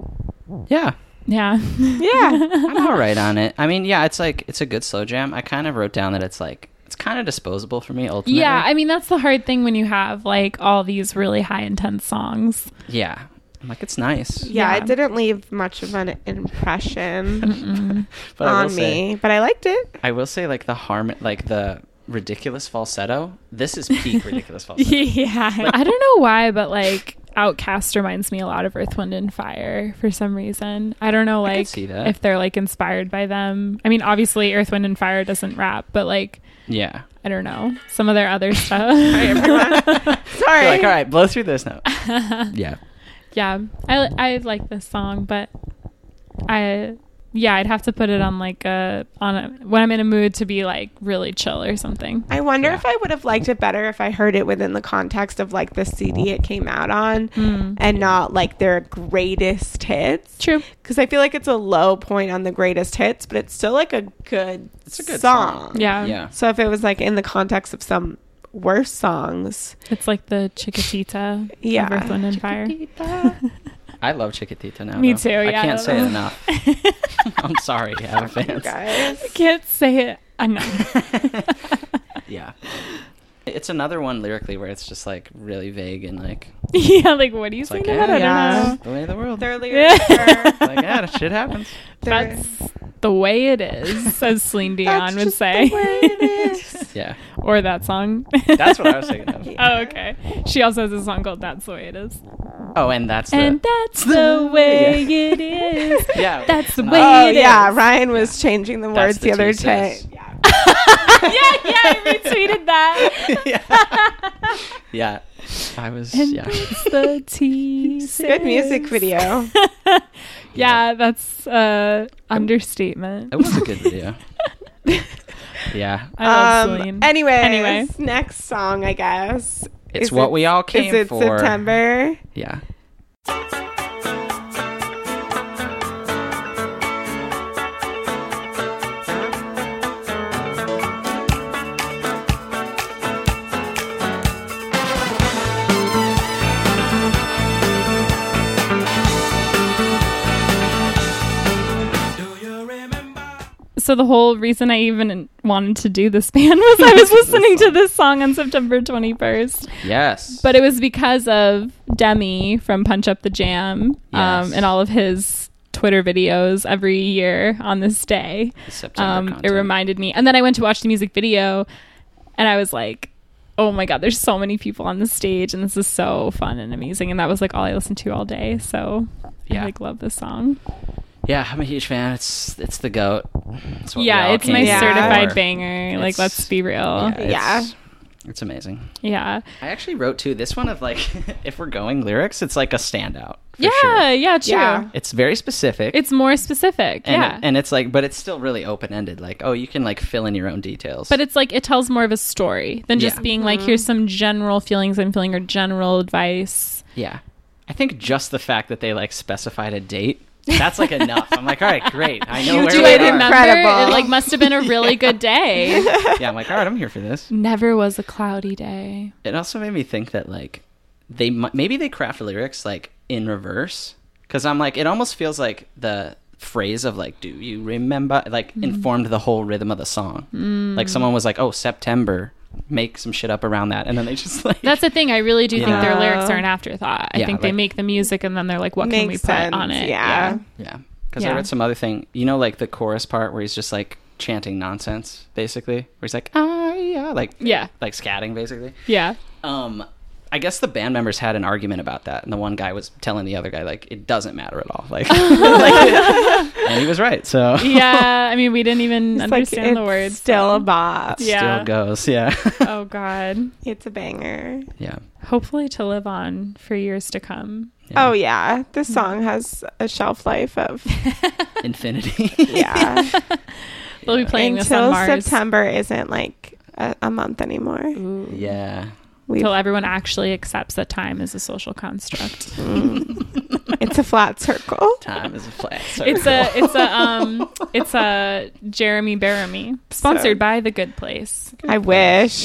Speaker 2: Yeah.
Speaker 3: Yeah.
Speaker 1: Yeah.
Speaker 2: I'm all right on it. I mean, yeah, it's like it's a good slow jam. I kind of wrote down that it's like it's kind of disposable for me ultimately.
Speaker 3: Yeah, I mean that's the hard thing when you have like all these really high
Speaker 2: [LAUGHS]
Speaker 3: intense songs.
Speaker 2: yeah. I'm like it's nice,
Speaker 1: yeah,
Speaker 3: Yeah.
Speaker 1: it didn't leave much of an impression
Speaker 2: [LAUGHS] but I will
Speaker 1: on
Speaker 2: say
Speaker 1: me, but I liked it.
Speaker 2: I will say like the harm like the ridiculous falsetto. This is peak ridiculous falsetto.
Speaker 3: yeah. I don't know why, but like Outcast reminds me a lot of Earth, Wind, and Fire for some reason. I don't know,
Speaker 2: I could
Speaker 3: like
Speaker 2: see that.
Speaker 3: if they're like inspired by them. I mean, obviously Earth, Wind, and Fire doesn't rap, but like
Speaker 2: Yeah.
Speaker 3: I don't know some of
Speaker 2: [LAUGHS]
Speaker 3: their other stuff.
Speaker 1: Sorry.
Speaker 2: You're like, all right, blow through this note. yeah.
Speaker 3: [LAUGHS] yeah, I I like this song, but I yeah I'd have to put it on like a on a, when I'm in a mood to be like really chill or something.
Speaker 1: I wonder
Speaker 2: Yeah.
Speaker 1: if I would have liked it better if I heard it within the context of like the CD it came out on
Speaker 3: Mm-hmm.
Speaker 1: and not like their greatest hits.
Speaker 3: Hmm. True.
Speaker 1: Because I feel like it's a low point on the greatest hits, but it's still like a good,
Speaker 2: It's a good
Speaker 1: song.
Speaker 3: Yeah.
Speaker 2: Yeah.
Speaker 1: So if it was like in the context of some worse songs,
Speaker 3: It's like the Chiquitita
Speaker 1: Yeah.
Speaker 3: of Earth, Wind, and Fire. [LAUGHS]
Speaker 2: I love Chiquitita now.
Speaker 3: Me
Speaker 2: though.
Speaker 3: too,
Speaker 2: I
Speaker 3: yeah,
Speaker 2: can't
Speaker 3: I
Speaker 2: say it
Speaker 3: love-
Speaker 2: enough.
Speaker 3: [LAUGHS]
Speaker 2: [LAUGHS] I'm sorry, ABBA
Speaker 1: you
Speaker 2: fans.
Speaker 1: guys.
Speaker 3: Can't say it enough.
Speaker 2: [LAUGHS] Yeah. It's another one lyrically where it's just like really vague and like
Speaker 3: [LAUGHS] yeah, like what do you
Speaker 2: it's like
Speaker 3: think
Speaker 2: yeah,
Speaker 3: about it? I
Speaker 1: yeah.
Speaker 3: don't
Speaker 2: it's
Speaker 3: know.
Speaker 2: the way of the world.
Speaker 1: Their lyrics
Speaker 2: [LAUGHS]
Speaker 3: [LAUGHS]
Speaker 1: are.
Speaker 2: like yeah, shit happens.
Speaker 1: they're-
Speaker 3: That's the way
Speaker 1: [LAUGHS]
Speaker 3: it is, as Celine
Speaker 1: that's
Speaker 3: Dion would
Speaker 1: just
Speaker 3: say.
Speaker 1: The way it
Speaker 3: [LAUGHS]
Speaker 1: is.
Speaker 2: Yeah.
Speaker 3: or that song.
Speaker 2: That's what I was thinking of.
Speaker 3: [LAUGHS] Oh, okay. She also has a song called "That's the Way It Is,"
Speaker 2: Oh, and that's [LAUGHS]
Speaker 3: and
Speaker 2: the
Speaker 3: that's the way
Speaker 1: [LAUGHS]
Speaker 3: it [LAUGHS] is.
Speaker 2: Yeah.
Speaker 3: That's the
Speaker 2: Uh,
Speaker 3: way
Speaker 1: Oh
Speaker 3: ah. it is.
Speaker 1: yeah, Ryan was changing the
Speaker 2: That's
Speaker 1: words the, other
Speaker 2: two
Speaker 1: day.
Speaker 2: cents.
Speaker 3: [LAUGHS] yeah, yeah. I retweeted that.
Speaker 2: [LAUGHS] Yeah. I was
Speaker 3: And
Speaker 2: yeah.
Speaker 3: that's the T.
Speaker 1: Good music video.
Speaker 3: [LAUGHS] Yeah, that's uh, understatement.
Speaker 2: It was a good video.
Speaker 1: [LAUGHS]
Speaker 2: yeah.
Speaker 3: [LAUGHS] I love
Speaker 1: Um,
Speaker 3: Celine.
Speaker 1: Anyways,
Speaker 3: Anyway.
Speaker 1: next song, I guess.
Speaker 2: It's
Speaker 1: Is
Speaker 2: what
Speaker 1: it-
Speaker 2: we all came
Speaker 1: is it
Speaker 2: for.
Speaker 1: September.
Speaker 2: Yeah.
Speaker 4: Do you remember?
Speaker 3: so the whole reason I even wanted to do this band was I was listening to this song on September 21st.
Speaker 2: Yes.
Speaker 3: But it was because of Demi from Punch Up the Jam
Speaker 2: Yes.
Speaker 3: um, and all of his Twitter videos every year on this day.
Speaker 2: The September
Speaker 3: Um, it
Speaker 2: content.
Speaker 3: reminded me. And then I went to watch the music video and I was like, oh my God, there's so many people on the stage and this is so fun and amazing. And that was like all I listened to all day. So
Speaker 2: Yeah.
Speaker 3: I like love this song.
Speaker 2: Yeah, I'm a huge fan. It's it's the goat. It's what we
Speaker 3: yeah,
Speaker 2: all
Speaker 3: it's
Speaker 2: came
Speaker 3: my
Speaker 1: Yeah.
Speaker 3: certified
Speaker 2: for.
Speaker 3: banger.
Speaker 2: It's-
Speaker 3: like, let's be real.
Speaker 2: Yeah. It's, it's amazing.
Speaker 3: Yeah.
Speaker 2: I actually wrote too this one of like [LAUGHS] if we're going lyrics, it's like a standout. For
Speaker 3: Yeah.
Speaker 2: Sure.
Speaker 3: Yeah. True.
Speaker 1: Yeah.
Speaker 2: It's very specific.
Speaker 3: It's more specific.
Speaker 2: and,
Speaker 3: yeah.
Speaker 2: and it's like but it's still really open ended. Like, oh you can like fill in your own details.
Speaker 3: but it's like it tells more of a story than just
Speaker 2: Yeah.
Speaker 3: being like, here's some general feelings I'm feeling or general advice.
Speaker 2: yeah. I think just the fact that they like specified a date, that's like enough. I'm like, all right, great.
Speaker 3: [LAUGHS]
Speaker 2: I know where
Speaker 1: do
Speaker 3: Do
Speaker 2: we
Speaker 3: I
Speaker 1: it
Speaker 2: are.
Speaker 1: in
Speaker 3: remember?
Speaker 1: Incredible.
Speaker 3: It like must have been a
Speaker 1: [LAUGHS]
Speaker 3: really good day.
Speaker 2: Yeah, I'm like, all right, I'm here for this.
Speaker 3: Never was a cloudy day.
Speaker 2: It also made me think that like they mi- maybe they craft lyrics like in reverse because I'm like it almost feels like the phrase of like do you remember like
Speaker 3: Mm-hmm.
Speaker 2: informed the whole rhythm of the song.
Speaker 3: Mm.
Speaker 2: Like someone was like, oh September, make some shit up around that, and then they just [LAUGHS] like
Speaker 3: That's the thing. I really do think their
Speaker 1: know.
Speaker 3: lyrics are an afterthought. I
Speaker 2: Yeah,
Speaker 3: think they
Speaker 2: like-
Speaker 3: make the music and then they're like, what can we
Speaker 1: Makes
Speaker 3: put
Speaker 1: sense.
Speaker 3: on it?
Speaker 1: Yeah.
Speaker 2: yeah. Because I
Speaker 3: Yeah.
Speaker 2: read some other thing, you know, like the chorus part where he's just like chanting nonsense basically, where he's like ah yeah like
Speaker 3: Yeah.
Speaker 2: like scatting basically.
Speaker 3: Yeah.
Speaker 2: Um, I guess the band members had an argument about that, and the one guy was telling the other guy like it doesn't matter at all. Like, [LAUGHS] like, and he was right. So
Speaker 3: Yeah. I mean, we didn't even
Speaker 1: It's like,
Speaker 3: understand the
Speaker 1: it's
Speaker 3: words.
Speaker 1: Still a bop.
Speaker 3: [LAUGHS] Yeah.
Speaker 2: [LAUGHS] still goes. Yeah,
Speaker 3: Oh, God.
Speaker 1: It's a banger.
Speaker 2: yeah.
Speaker 3: Hopefully to live on for years to come.
Speaker 2: Yeah.
Speaker 1: Oh yeah,
Speaker 3: Mm-hmm.
Speaker 1: this song has a shelf life
Speaker 3: [LAUGHS]
Speaker 1: of
Speaker 2: Infinity.
Speaker 1: yeah
Speaker 3: They'll be [LAUGHS] playing this on
Speaker 1: until
Speaker 3: Mars.
Speaker 1: September isn't like a, a month anymore.
Speaker 2: yeah.
Speaker 1: We
Speaker 3: Until everyone actually accepts that time is a social construct.
Speaker 1: it's a
Speaker 3: [LAUGHS]
Speaker 1: flat circle.
Speaker 2: Time is a flat circle.
Speaker 3: it's a it's a um it's a Jeremy Baramy sponsored
Speaker 1: So-
Speaker 3: by the Good Place.
Speaker 1: I wish.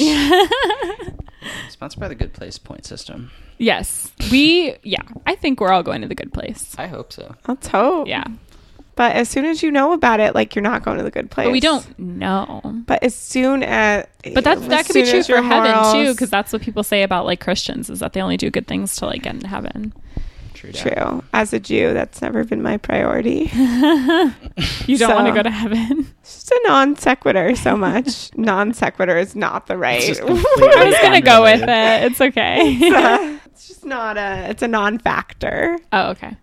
Speaker 2: Sponsored by the Good Place point system.
Speaker 3: Yes, we yeah. I think we're all going to the Good Place.
Speaker 2: I hope so.
Speaker 1: Let's hope.
Speaker 3: Yeah,
Speaker 1: But as soon as you know about it, like you're not going to the good place.
Speaker 3: but we don't know.
Speaker 1: But as soon as.
Speaker 3: But that's
Speaker 1: as
Speaker 3: that could be
Speaker 1: soon
Speaker 3: true
Speaker 1: as
Speaker 3: for
Speaker 1: your
Speaker 3: heaven too,
Speaker 1: morals-
Speaker 3: because that's what people say about like Christians is that they only do good things to like get in heaven.
Speaker 1: [LAUGHS]
Speaker 2: True.
Speaker 1: True.
Speaker 3: [LAUGHS]
Speaker 1: As a Jew, that's never been my priority.
Speaker 3: You don't
Speaker 1: So- [LAUGHS]
Speaker 3: want to go to heaven.
Speaker 1: just a non sequitur so much.
Speaker 3: [LAUGHS]
Speaker 1: non sequitur is not the right.
Speaker 2: It's just
Speaker 3: [LAUGHS]
Speaker 1: Oh,
Speaker 3: I was
Speaker 2: completely
Speaker 3: gonna go with it.
Speaker 2: unrelated.
Speaker 3: It's okay.
Speaker 1: [LAUGHS] it's just not a. It's a non factor.
Speaker 3: oh, okay.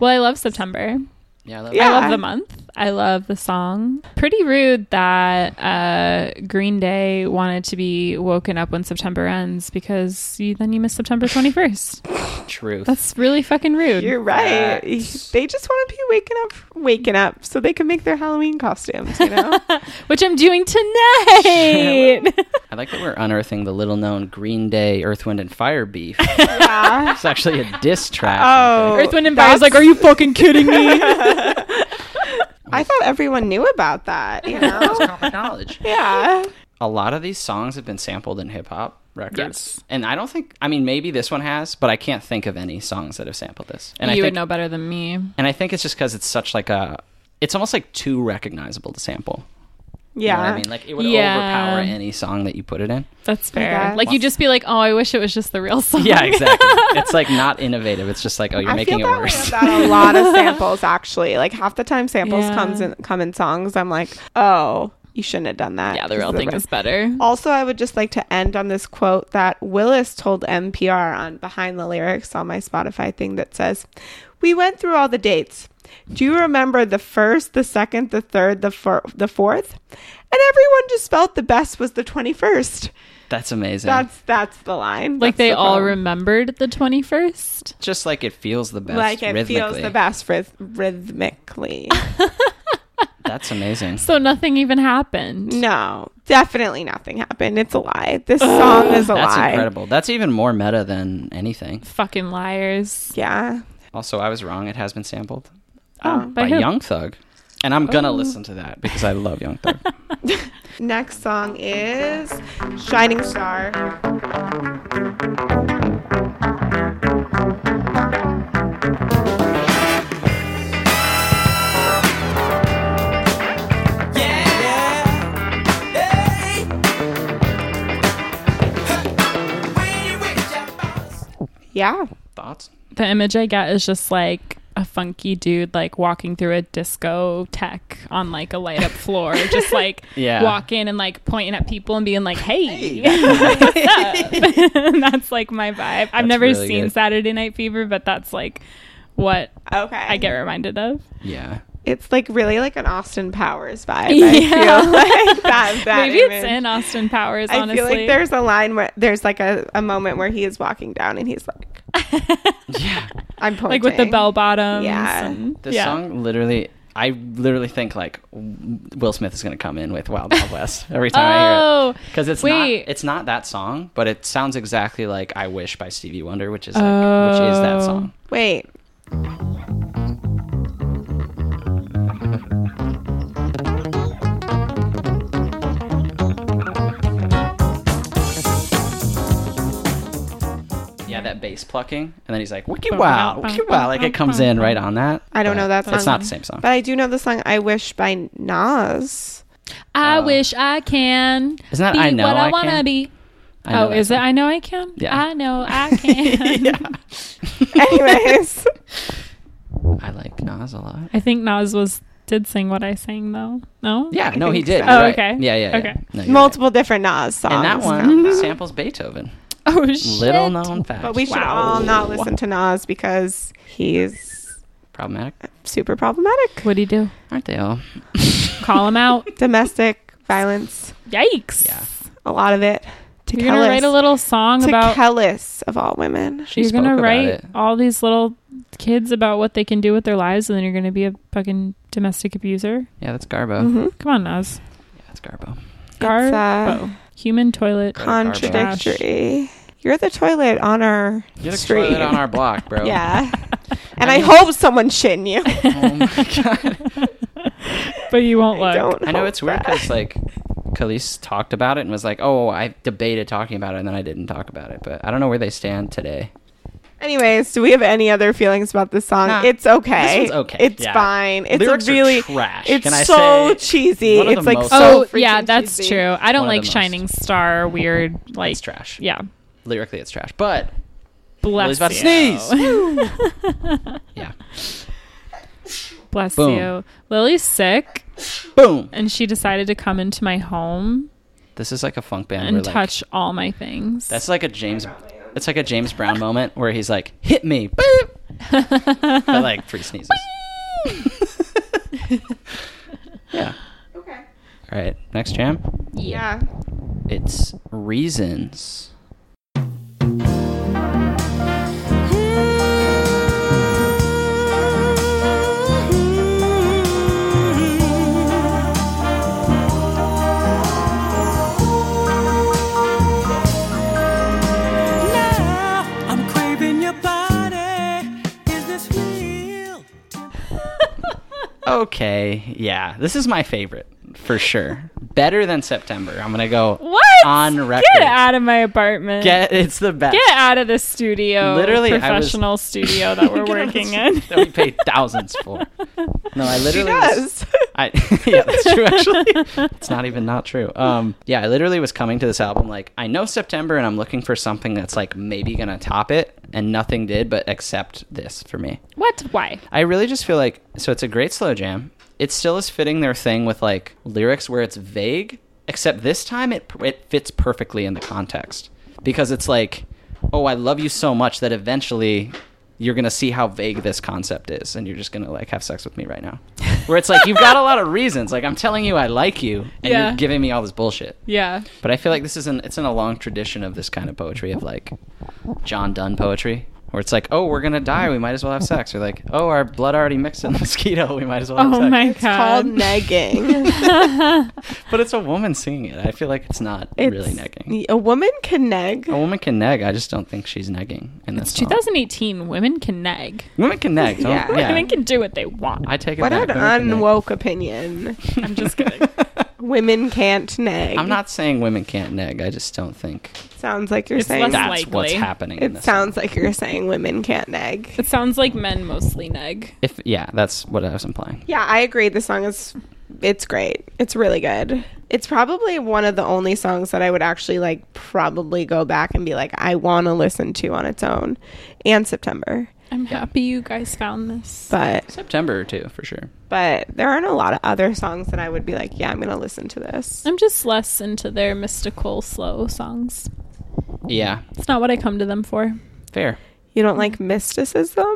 Speaker 3: Well, I love September.
Speaker 2: Yeah, I love
Speaker 1: Yeah.
Speaker 3: I love the month. I love the song. Pretty rude that uh, Green Day wanted to be woken up when September ends because you, then you miss September 21st.
Speaker 2: truth.
Speaker 3: That's really fucking rude.
Speaker 1: You're right.
Speaker 2: Facts.
Speaker 1: They just want to be waking up, waking up, so they can make their Halloween costumes. You know.
Speaker 2: [LAUGHS]
Speaker 3: Which I'm doing tonight.
Speaker 2: I like that we're unearthing the little known Green Day, Earth, Wind, and Fire beef.
Speaker 1: yeah.
Speaker 2: It's actually a diss
Speaker 3: [LAUGHS]
Speaker 2: track.
Speaker 1: [LAUGHS] Oh,
Speaker 3: Earth, Wind, and Fire is
Speaker 1: that's-
Speaker 3: like, are you fucking
Speaker 1: [LAUGHS]
Speaker 3: kidding me?
Speaker 1: I thought everyone knew about that. You know.
Speaker 2: [LAUGHS] It's common knowledge.
Speaker 1: yeah.
Speaker 2: A lot of these songs have been sampled in hip hop records.
Speaker 3: Yes.
Speaker 2: And I don't think, I mean, maybe this one has, but I can't think of any songs that have sampled this. And
Speaker 3: you
Speaker 2: I think,
Speaker 3: would know better than me.
Speaker 2: And I think it's just because it's such like a, it's almost like too recognizable to sample. You
Speaker 1: Yeah.
Speaker 2: know what I mean? Like it would
Speaker 3: Yeah.
Speaker 2: overpower any song that you
Speaker 1: [LAUGHS]
Speaker 2: put it in.
Speaker 3: That's
Speaker 1: Yeah.
Speaker 3: fair. Like, you'd just be like, oh, I wish it was just the real song.
Speaker 2: Yeah, exactly. it's like not innovative. It's just like, oh, you're
Speaker 1: I
Speaker 2: making it
Speaker 1: feel that way
Speaker 2: worse.
Speaker 1: about a lot of samples actually. Like half the time samples
Speaker 3: Yeah.
Speaker 1: comes in come in songs. I'm like, oh, you shouldn't have done that.
Speaker 3: Yeah, the
Speaker 1: This
Speaker 3: real
Speaker 1: is
Speaker 3: thing
Speaker 1: bad-
Speaker 3: is better.
Speaker 1: Also, I would just like to end on this quote that Willis told NPR on Behind the Lyrics on my Spotify thing that says, "We went through all the dates. Do you remember the first, the second, the third, the fir- the fourth? And everyone just felt the best was the 21st.
Speaker 2: [LAUGHS] That's amazing.
Speaker 1: That's that's the line.
Speaker 3: Like,
Speaker 1: That's
Speaker 3: they
Speaker 1: the
Speaker 3: all
Speaker 1: poem.
Speaker 3: remembered the 21st.
Speaker 2: just like it feels the best.
Speaker 1: Like it
Speaker 2: rhythmically.
Speaker 1: feels the best ryth-
Speaker 3: [LAUGHS]
Speaker 1: rhythmically.
Speaker 2: That's amazing.
Speaker 3: So nothing even happened.
Speaker 1: No, definitely nothing happened. It's a lie. This song is a
Speaker 2: That's
Speaker 1: lie.
Speaker 2: incredible. That's even more meta than anything.
Speaker 3: Fucking liars.
Speaker 1: Yeah. Um,
Speaker 2: Also, I was wrong. It has been sampled
Speaker 3: Oh,
Speaker 2: by,
Speaker 3: by who?
Speaker 2: Young Thug. And I'm going to listen to that because I love Young Thug.
Speaker 1: Next song is Shining Star. Yeah.
Speaker 2: Thoughts?
Speaker 3: The image I get is just like a funky dude like walking through a discotheque on like a light
Speaker 1: [LAUGHS]
Speaker 3: up floor, just like
Speaker 2: Yeah.
Speaker 3: walking and like pointing at people and being like, "Hey, what's up?" [LAUGHS] And that's like my vibe. I've
Speaker 2: That's
Speaker 3: never
Speaker 2: really
Speaker 3: seen
Speaker 2: good.
Speaker 3: Saturday Night Fever, but that's like what
Speaker 1: Okay.
Speaker 3: I get reminded of.
Speaker 2: Yeah.
Speaker 1: It's like really like an Austin Powers vibe. I
Speaker 3: Yeah.
Speaker 1: feel like that. that
Speaker 3: Maybe it's
Speaker 1: image.
Speaker 3: in Austin Powers.
Speaker 1: I
Speaker 3: Honestly,
Speaker 1: feel like there's a line where there's like a, a moment where he is walking down and he's like,
Speaker 2: Yeah.
Speaker 1: I'm pointing.
Speaker 3: like with the bell bottoms.
Speaker 1: Yeah.
Speaker 3: and-
Speaker 2: The
Speaker 3: yeah.
Speaker 2: song literally, I literally think like w- Will Smith is going to come in with Wild Wild West every time I hear
Speaker 3: Oh,
Speaker 2: it. Because it's,
Speaker 3: wait.
Speaker 2: not, it's not that song, but it sounds exactly like I Wish by Stevie Wonder, which is, like, which is that
Speaker 3: Oh.
Speaker 2: song.
Speaker 1: Wait.
Speaker 2: Yeah, that bass plucking. And then he's like, wiki
Speaker 3: Bum,
Speaker 2: wow,
Speaker 3: bum,
Speaker 2: wiki
Speaker 3: bum,
Speaker 2: wow.
Speaker 3: bum,
Speaker 2: Like
Speaker 3: bum,
Speaker 2: it comes
Speaker 3: bum,
Speaker 2: in
Speaker 3: bum.
Speaker 2: right on that.
Speaker 1: I don't
Speaker 2: but
Speaker 1: know that
Speaker 2: It's
Speaker 1: song.
Speaker 2: not the same song.
Speaker 1: But I do know the song I Wish by Nas.
Speaker 3: I wish I can.
Speaker 2: Oh. Isn't that
Speaker 3: be
Speaker 2: I Know
Speaker 3: what I,
Speaker 2: I
Speaker 3: wanna
Speaker 2: Can?
Speaker 3: be?
Speaker 2: I know
Speaker 3: oh,
Speaker 2: that
Speaker 3: is it?
Speaker 2: song.
Speaker 3: I know I can.
Speaker 2: Yeah.
Speaker 3: I
Speaker 2: [LAUGHS]
Speaker 3: know I can.
Speaker 1: Anyways,
Speaker 2: I like Nas a lot.
Speaker 3: I think Nas was did sing what I sang though. No.
Speaker 2: Yeah, no, he
Speaker 1: think
Speaker 2: did.
Speaker 1: so.
Speaker 2: you're
Speaker 3: Oh,
Speaker 2: right.
Speaker 3: okay.
Speaker 2: Yeah, yeah, yeah.
Speaker 3: Okay.
Speaker 2: No, you're
Speaker 1: multiple different Nas songs.
Speaker 2: right. And
Speaker 1: [LAUGHS]
Speaker 2: that
Speaker 3: [LAUGHS]
Speaker 2: one samples Beethoven.
Speaker 3: [LAUGHS] Oh shit.
Speaker 2: Little known fact.
Speaker 1: But we should
Speaker 3: Wow.
Speaker 1: all not listen to Nas because he's
Speaker 2: Problematic.
Speaker 1: super problematic.
Speaker 3: What'd he do?
Speaker 2: Aren't they all?
Speaker 3: Call
Speaker 2: [LAUGHS]
Speaker 3: him out.
Speaker 1: Domestic violence,
Speaker 3: Yikes.
Speaker 2: Yeah.
Speaker 1: a lot of it. To
Speaker 3: You're gonna write a little song
Speaker 1: to
Speaker 3: about.
Speaker 1: Kellis of all women.
Speaker 2: She
Speaker 3: You're
Speaker 2: spoke
Speaker 3: gonna
Speaker 2: about
Speaker 3: write
Speaker 2: it.
Speaker 3: all these little kids about what they can do with their lives, and then you're gonna be a fucking domestic abuser.
Speaker 2: Yeah, that's Garbo.
Speaker 1: Mm-hmm.
Speaker 3: Come on, Nas.
Speaker 2: Yeah, that's Garbo.
Speaker 3: Garbo.
Speaker 1: uh,
Speaker 3: Human toilet. [LAUGHS]
Speaker 1: Contradictory. You're the toilet on our
Speaker 2: You're the
Speaker 1: street.
Speaker 2: toilet on our block,
Speaker 3: [LAUGHS]
Speaker 2: bro. [LAUGHS]
Speaker 1: yeah. And
Speaker 2: I
Speaker 1: I,
Speaker 2: mean-
Speaker 1: hope someone's shitting you.
Speaker 2: Oh my god.
Speaker 3: [LAUGHS] But you won't
Speaker 1: I
Speaker 3: look.
Speaker 1: don't.
Speaker 2: I know
Speaker 1: hope
Speaker 2: it's weird
Speaker 1: that.
Speaker 2: because like Khalees talked about it and was like, "Oh, I debated talking about it and then I didn't talk about it." But I don't know where they stand today.
Speaker 1: Anyways, do we have any other feelings about this song?
Speaker 2: Nah.
Speaker 1: It's okay.
Speaker 2: This one's okay.
Speaker 1: It's
Speaker 2: Yeah.
Speaker 1: fine. It's
Speaker 2: Lyrics
Speaker 1: a
Speaker 2: are
Speaker 1: really
Speaker 2: trash.
Speaker 1: It's
Speaker 2: Can I
Speaker 1: so
Speaker 2: say
Speaker 1: cheesy.
Speaker 2: one of
Speaker 1: It's
Speaker 2: the
Speaker 1: like
Speaker 2: most-
Speaker 1: so.
Speaker 3: [LAUGHS] oh yeah,
Speaker 1: freaking
Speaker 3: that's
Speaker 1: cheesy.
Speaker 3: true. I don't
Speaker 2: One of
Speaker 3: like
Speaker 2: the most.
Speaker 3: Shining Star weird like
Speaker 2: It's trash.
Speaker 3: Yeah,
Speaker 2: Lyrically, it's trash, but Lily's
Speaker 3: bless
Speaker 2: about to
Speaker 3: you.
Speaker 2: yeah.
Speaker 3: [LAUGHS] Bless
Speaker 2: Boom.
Speaker 3: you. Lily's sick,
Speaker 2: Boom.
Speaker 3: and she decided to come into my home
Speaker 2: This is like a funk band.
Speaker 3: and
Speaker 2: where, like,
Speaker 3: touch all my things.
Speaker 2: That's like a James. It's like a James Brown moment where he's like, "Hit me!" Boop. but
Speaker 3: [LAUGHS]
Speaker 2: like three sneezes. yeah.
Speaker 1: Okay.
Speaker 2: All right. Next jam.
Speaker 1: Yeah.
Speaker 2: It's reasons.
Speaker 4: Now I'm craving your body. Is this real?
Speaker 2: Okay. Yeah. This is my favorite for sure. Better than September. I'm gonna go
Speaker 3: what?
Speaker 2: on record.
Speaker 3: Get out of my apartment.
Speaker 2: Get- it's the best.
Speaker 3: Get out of the studio.
Speaker 2: Literally, I was-
Speaker 3: professional
Speaker 2: [LAUGHS]
Speaker 3: studio that we're
Speaker 2: Get out of
Speaker 3: working
Speaker 2: this-
Speaker 3: in.
Speaker 2: that we pay thousands
Speaker 3: [LAUGHS]
Speaker 2: for. No, I
Speaker 1: She
Speaker 2: literally. was-
Speaker 1: does.
Speaker 2: I [LAUGHS] yeah, that's true. Actually, it's not even not true. Um, yeah, I literally was coming to this album like I know September, and I'm looking for something that's like maybe gonna top it, and nothing did, but except this for me.
Speaker 3: what? Why?
Speaker 2: I really just feel like so it's a great slow jam. It still is fitting their thing with like lyrics where it's vague, except this time it it fits perfectly in the context because it's like, oh, I love you so much that eventually you're gonna see how vague this concept is, and you're just gonna like have sex with me right now. Where it's like you've
Speaker 1: [LAUGHS]
Speaker 2: got a lot of reasons, like I'm telling you I like you, and
Speaker 3: Yeah.
Speaker 2: you're giving me all this bullshit.
Speaker 3: Yeah.
Speaker 2: But I feel like this is an it's in a long tradition of this kind of poetry of like John Donne poetry. Where it's like, oh, we're gonna die, we might as well have sex. Or like, oh, our blood already mixed in the mosquito, we might as well. Have
Speaker 3: Oh
Speaker 2: sex.
Speaker 3: my
Speaker 1: It's called
Speaker 3: god.
Speaker 1: negging.
Speaker 3: [LAUGHS]
Speaker 2: But it's a woman singing it. I feel like it's not [LAUGHS] really negging. Oh,
Speaker 1: A woman can neg.
Speaker 2: A woman can neg. I just don't think she's negging in this.
Speaker 3: It's
Speaker 2: song.
Speaker 3: 2018. Women can nag.
Speaker 2: Women can neg. Don't,
Speaker 1: Yeah.
Speaker 2: yeah.
Speaker 3: Women can do what they want.
Speaker 2: I take it
Speaker 1: What
Speaker 2: back.
Speaker 1: an
Speaker 3: [LAUGHS]
Speaker 2: Women
Speaker 1: unwoke opinion.
Speaker 2: can neg. [LAUGHS]
Speaker 3: I'm just kidding.
Speaker 1: Women can't neg.
Speaker 2: I'm not saying women can't neg. I just don't think
Speaker 1: Sounds like you're
Speaker 3: It's
Speaker 1: saying.
Speaker 3: less-
Speaker 2: that's what's
Speaker 3: likely.
Speaker 2: happening. in
Speaker 1: It
Speaker 2: this
Speaker 1: sounds like you're saying women can't neg.
Speaker 3: It sounds like men mostly nag.
Speaker 2: If yeah, that's what I was implying.
Speaker 1: Yeah, I agree. The song is it's great. It's really good. It's probably one of the only songs that I would actually like probably go back and be like I want to listen to on its own and September.
Speaker 3: I'm happy you guys found this.
Speaker 1: But
Speaker 2: September too, for sure.
Speaker 1: but there aren't a lot of other songs that I would be like, yeah, I'm going to listen to this.
Speaker 3: I'm just less into their mystical slow songs.
Speaker 2: Yeah,
Speaker 3: It's not what I come to them for.
Speaker 2: fair.
Speaker 1: You don't like mysticism?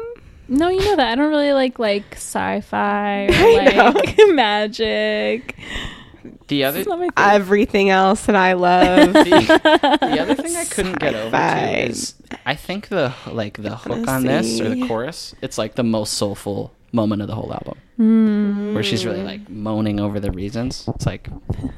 Speaker 3: No, you know that. I don't really like like [LAUGHS] sci-fi or
Speaker 1: I know.
Speaker 3: like magic.
Speaker 2: The other
Speaker 3: It's not my thing.
Speaker 1: Everything else that I love.
Speaker 2: [LAUGHS] the, the other thing I couldn't get over
Speaker 1: Sci-fi.
Speaker 2: too is I think the like the hook on this or the
Speaker 1: Honestly.
Speaker 2: chorus, it's like the most soulful moment of the whole album.
Speaker 3: Hmm.
Speaker 2: Where she's really like moaning over the reasons. It's like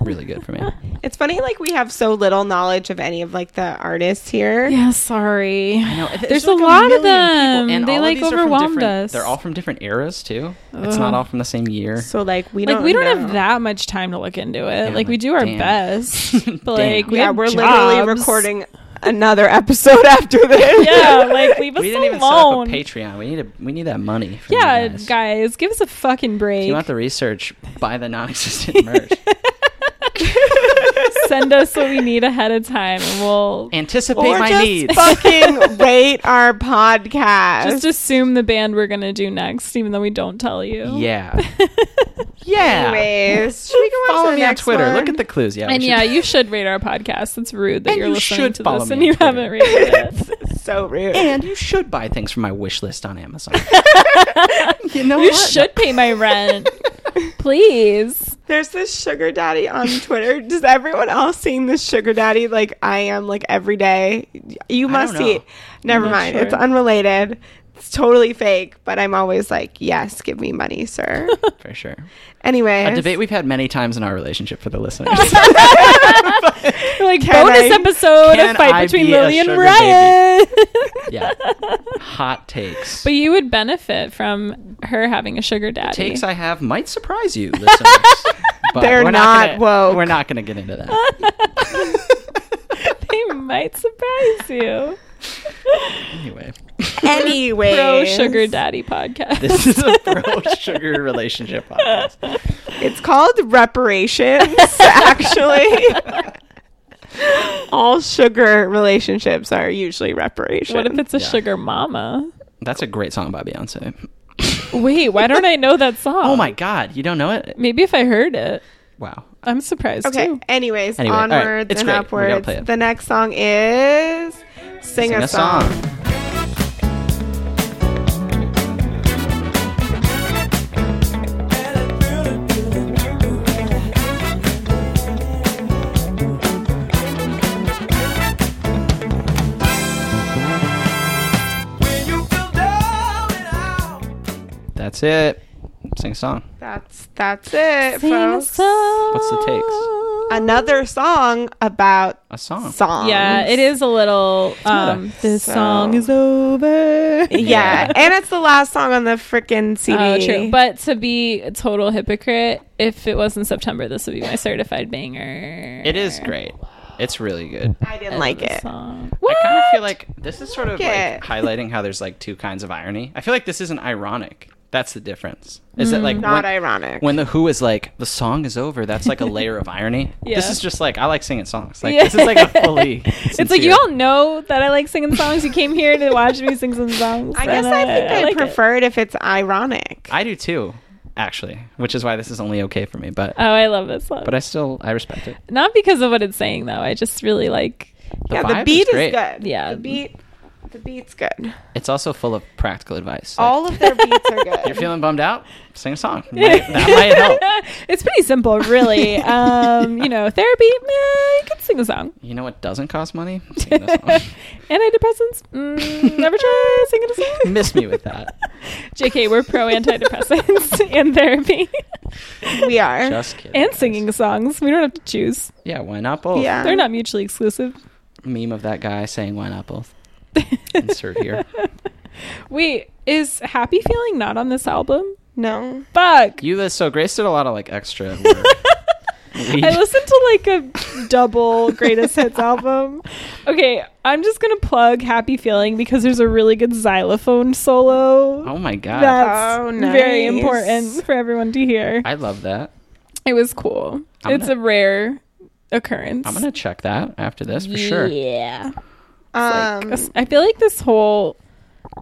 Speaker 2: really good
Speaker 3: [LAUGHS]
Speaker 2: for me.
Speaker 1: it's funny like we have so little knowledge of any of like the artists here.
Speaker 3: yeah, sorry.
Speaker 2: No, there's,
Speaker 3: a
Speaker 2: million
Speaker 3: lot of
Speaker 2: people,
Speaker 3: them.
Speaker 2: and
Speaker 3: They,
Speaker 2: all of
Speaker 3: like,
Speaker 2: these are from
Speaker 3: overwhelmed
Speaker 2: different-
Speaker 3: us.
Speaker 2: They're all from different eras too. It's not all from the same year.
Speaker 1: So like we
Speaker 3: like
Speaker 1: don't
Speaker 3: we don't
Speaker 1: know.
Speaker 3: have that much time to look into it.
Speaker 2: Yeah,
Speaker 3: like we
Speaker 2: like,
Speaker 3: do our
Speaker 2: damn. [LAUGHS]
Speaker 3: best, but like
Speaker 2: Damn.
Speaker 3: we
Speaker 1: yeah,
Speaker 3: have
Speaker 1: we're
Speaker 3: jobs.
Speaker 1: literally recording another episode [LAUGHS] after this.
Speaker 3: [LAUGHS] Yeah, like leave us
Speaker 2: we didn't even set up
Speaker 3: alone.
Speaker 2: a Patreon. We need a, we need that money. From
Speaker 3: yeah,
Speaker 2: you guys.
Speaker 3: guys. give us a fucking break.
Speaker 2: If you want the research, buy the [LAUGHS] non-existent merch.
Speaker 1: [LAUGHS]
Speaker 3: Send us what we need ahead of time, and we'll
Speaker 2: Anticipate
Speaker 1: or
Speaker 2: my
Speaker 1: just
Speaker 2: needs. [LAUGHS]
Speaker 1: fucking rate our podcast.
Speaker 3: just assume the band we're gonna do next, even though we don't tell you. [LAUGHS]
Speaker 2: Yeah. [LAUGHS] yeah. [LAUGHS]
Speaker 1: Anyways, should we go on to
Speaker 2: follow
Speaker 1: the
Speaker 2: me on
Speaker 1: next
Speaker 2: Twitter.
Speaker 1: one?
Speaker 2: Look at the clues. Yeah. we
Speaker 3: And
Speaker 2: should-
Speaker 3: yeah, you should rate our podcast. It's rude that
Speaker 2: And
Speaker 3: you're
Speaker 2: you
Speaker 3: listening
Speaker 2: should
Speaker 3: to
Speaker 2: follow
Speaker 3: this
Speaker 2: me
Speaker 3: and
Speaker 2: on
Speaker 3: you
Speaker 2: Twitter.
Speaker 3: haven't
Speaker 2: [LAUGHS]
Speaker 3: rated it.
Speaker 1: so rude.
Speaker 2: And
Speaker 1: [LAUGHS]
Speaker 2: you should buy things from my wish list on Amazon. [LAUGHS] you know
Speaker 3: You
Speaker 2: what?
Speaker 3: should pay my
Speaker 2: [LAUGHS]
Speaker 3: rent, please.
Speaker 1: There's this sugar daddy on Twitter. Does everyone else seeing this sugar daddy like I am like every day? You
Speaker 2: I
Speaker 1: must
Speaker 2: don't know.
Speaker 1: see. Never
Speaker 3: I'm not
Speaker 1: mind.
Speaker 3: sure.
Speaker 1: It's unrelated. It's totally fake, but I'm always like, yes, give me money,
Speaker 2: [LAUGHS]
Speaker 1: sir.
Speaker 2: For sure.
Speaker 1: anyway,
Speaker 2: A debate we've had many times in our relationship for the listeners.
Speaker 3: Like
Speaker 1: Can
Speaker 3: bonus
Speaker 1: I-
Speaker 3: episode
Speaker 2: can
Speaker 3: of fight
Speaker 2: I
Speaker 3: between
Speaker 2: be a
Speaker 3: Lily and
Speaker 2: sugar
Speaker 3: Ryan.
Speaker 2: [LAUGHS] yeah. Hot takes.
Speaker 3: [LAUGHS] But you would benefit from her having a sugar daddy.
Speaker 2: takes
Speaker 3: [LAUGHS]
Speaker 2: I have might surprise you, listeners.
Speaker 1: [LAUGHS]
Speaker 2: But
Speaker 1: They're
Speaker 2: we're
Speaker 1: not
Speaker 2: gonna,
Speaker 1: woke.
Speaker 2: We're not going to get
Speaker 1: [LAUGHS]
Speaker 2: into that.
Speaker 3: they might surprise you.
Speaker 2: Anyway,
Speaker 1: anyway,
Speaker 3: Pro sugar daddy
Speaker 2: [LAUGHS]
Speaker 3: podcast.
Speaker 2: this is a pro
Speaker 3: [LAUGHS]
Speaker 2: sugar relationship podcast.
Speaker 1: It's called reparations, [LAUGHS]
Speaker 3: [LAUGHS]
Speaker 1: actually. All sugar relationships are usually reparations.
Speaker 3: what if it's a
Speaker 2: Yeah.
Speaker 3: sugar mama?
Speaker 2: That's a great song by Beyonce.
Speaker 3: Wait, why don't I know that song?
Speaker 2: Oh my god, you don't know it?
Speaker 3: Maybe if I heard it,
Speaker 2: Wow.
Speaker 3: I'm surprised
Speaker 1: Okay.
Speaker 3: too.
Speaker 1: Anyways,
Speaker 2: Anyway, all right.
Speaker 1: onwards
Speaker 2: It's
Speaker 1: and
Speaker 2: great. We gotta
Speaker 1: upwards.
Speaker 2: play it.
Speaker 1: The next song is Sing,
Speaker 2: Sing
Speaker 1: a,
Speaker 2: a
Speaker 1: Song.
Speaker 2: song. That's it. Sing a song.
Speaker 1: That's that's it,
Speaker 3: Sing a
Speaker 1: folks.
Speaker 3: song.
Speaker 2: What's the takes?
Speaker 1: Another song about
Speaker 2: A song.
Speaker 1: songs.
Speaker 3: Yeah, it is a little. Um, this
Speaker 1: So-
Speaker 3: song is over.
Speaker 1: Yeah, and it's the last song on the freaking
Speaker 3: [LAUGHS]
Speaker 1: CD.
Speaker 3: Oh, true. But to be a total hypocrite, if it wasn't September, this would be my certified banger.
Speaker 2: It is great. It's really good.
Speaker 1: I didn't like it.
Speaker 3: Song.
Speaker 2: I kind of
Speaker 3: What?
Speaker 2: feel like this is sort of
Speaker 1: it.
Speaker 2: like highlighting how there's like two kinds of irony. I feel like this isn't ironic. That's the difference. Is that like
Speaker 1: Not
Speaker 2: when,
Speaker 1: ironic.
Speaker 2: when the Who is like the song is over? That's like a layer of irony. This
Speaker 3: Yeah.
Speaker 2: is just like I like singing songs. Like
Speaker 3: Yeah.
Speaker 2: this is like a fully.
Speaker 3: [LAUGHS] It's like you all know that I like singing songs. You came here to watch me sing some songs.
Speaker 1: I guess
Speaker 3: and
Speaker 1: I think I,
Speaker 3: like it.
Speaker 1: prefer it. if it's ironic.
Speaker 2: I do too, actually, which is why this is only okay for me. But
Speaker 3: Oh, I love this song.
Speaker 2: but I still I respect it.
Speaker 3: Not because of what it's saying though. I just really like.
Speaker 2: The
Speaker 1: yeah,
Speaker 2: vibe
Speaker 1: the beat is,
Speaker 2: great.
Speaker 1: good.
Speaker 3: Yeah.
Speaker 1: the beat, the beat's good.
Speaker 2: It's also full of practical advice. Like,
Speaker 1: All of their beats are good.
Speaker 2: [LAUGHS] you're feeling bummed out, sing a song. Might- that might help.
Speaker 3: [LAUGHS] It's pretty simple, really. Um, You know, therapy. eh, you can sing a song.
Speaker 2: You know what doesn't cost money? Singing a song.
Speaker 3: [LAUGHS] Antidepressants. Mm, never try singing a song.
Speaker 2: Miss me with
Speaker 3: [LAUGHS]
Speaker 2: that.
Speaker 3: Jk, we're
Speaker 2: [LAUGHS]
Speaker 3: pro antidepressants and therapy
Speaker 1: [LAUGHS] we are.
Speaker 2: Just kidding.
Speaker 3: [LAUGHS] and
Speaker 2: guys.
Speaker 3: singing songs. We don't have to choose.
Speaker 2: Yeah, why not both?
Speaker 1: Yeah.
Speaker 3: They're not mutually exclusive.
Speaker 2: Meme of that guy saying why not
Speaker 3: [LAUGHS]
Speaker 2: both. Insert here.
Speaker 3: Wait, is Happy Feeling not on this album?
Speaker 1: no.
Speaker 2: [LAUGHS]
Speaker 3: Fuck.
Speaker 2: You list so Grace did a lot of like extra work. We-
Speaker 3: [LAUGHS] I listened to like a double greatest hits album. Okay, I'm just gonna plug Happy Feeling because there's a really good xylophone solo [LAUGHS]
Speaker 2: oh my god.
Speaker 3: that's
Speaker 1: Oh,
Speaker 3: very
Speaker 1: nice.
Speaker 3: important for everyone to hear.
Speaker 2: I love that.
Speaker 3: It was cool.
Speaker 2: I'm
Speaker 3: it's
Speaker 2: gonna-
Speaker 3: a rare occurrence.
Speaker 2: I'm gonna check that after this for sure.
Speaker 3: Yeah.
Speaker 1: Um,
Speaker 2: Mm.
Speaker 3: Like, I feel like this whole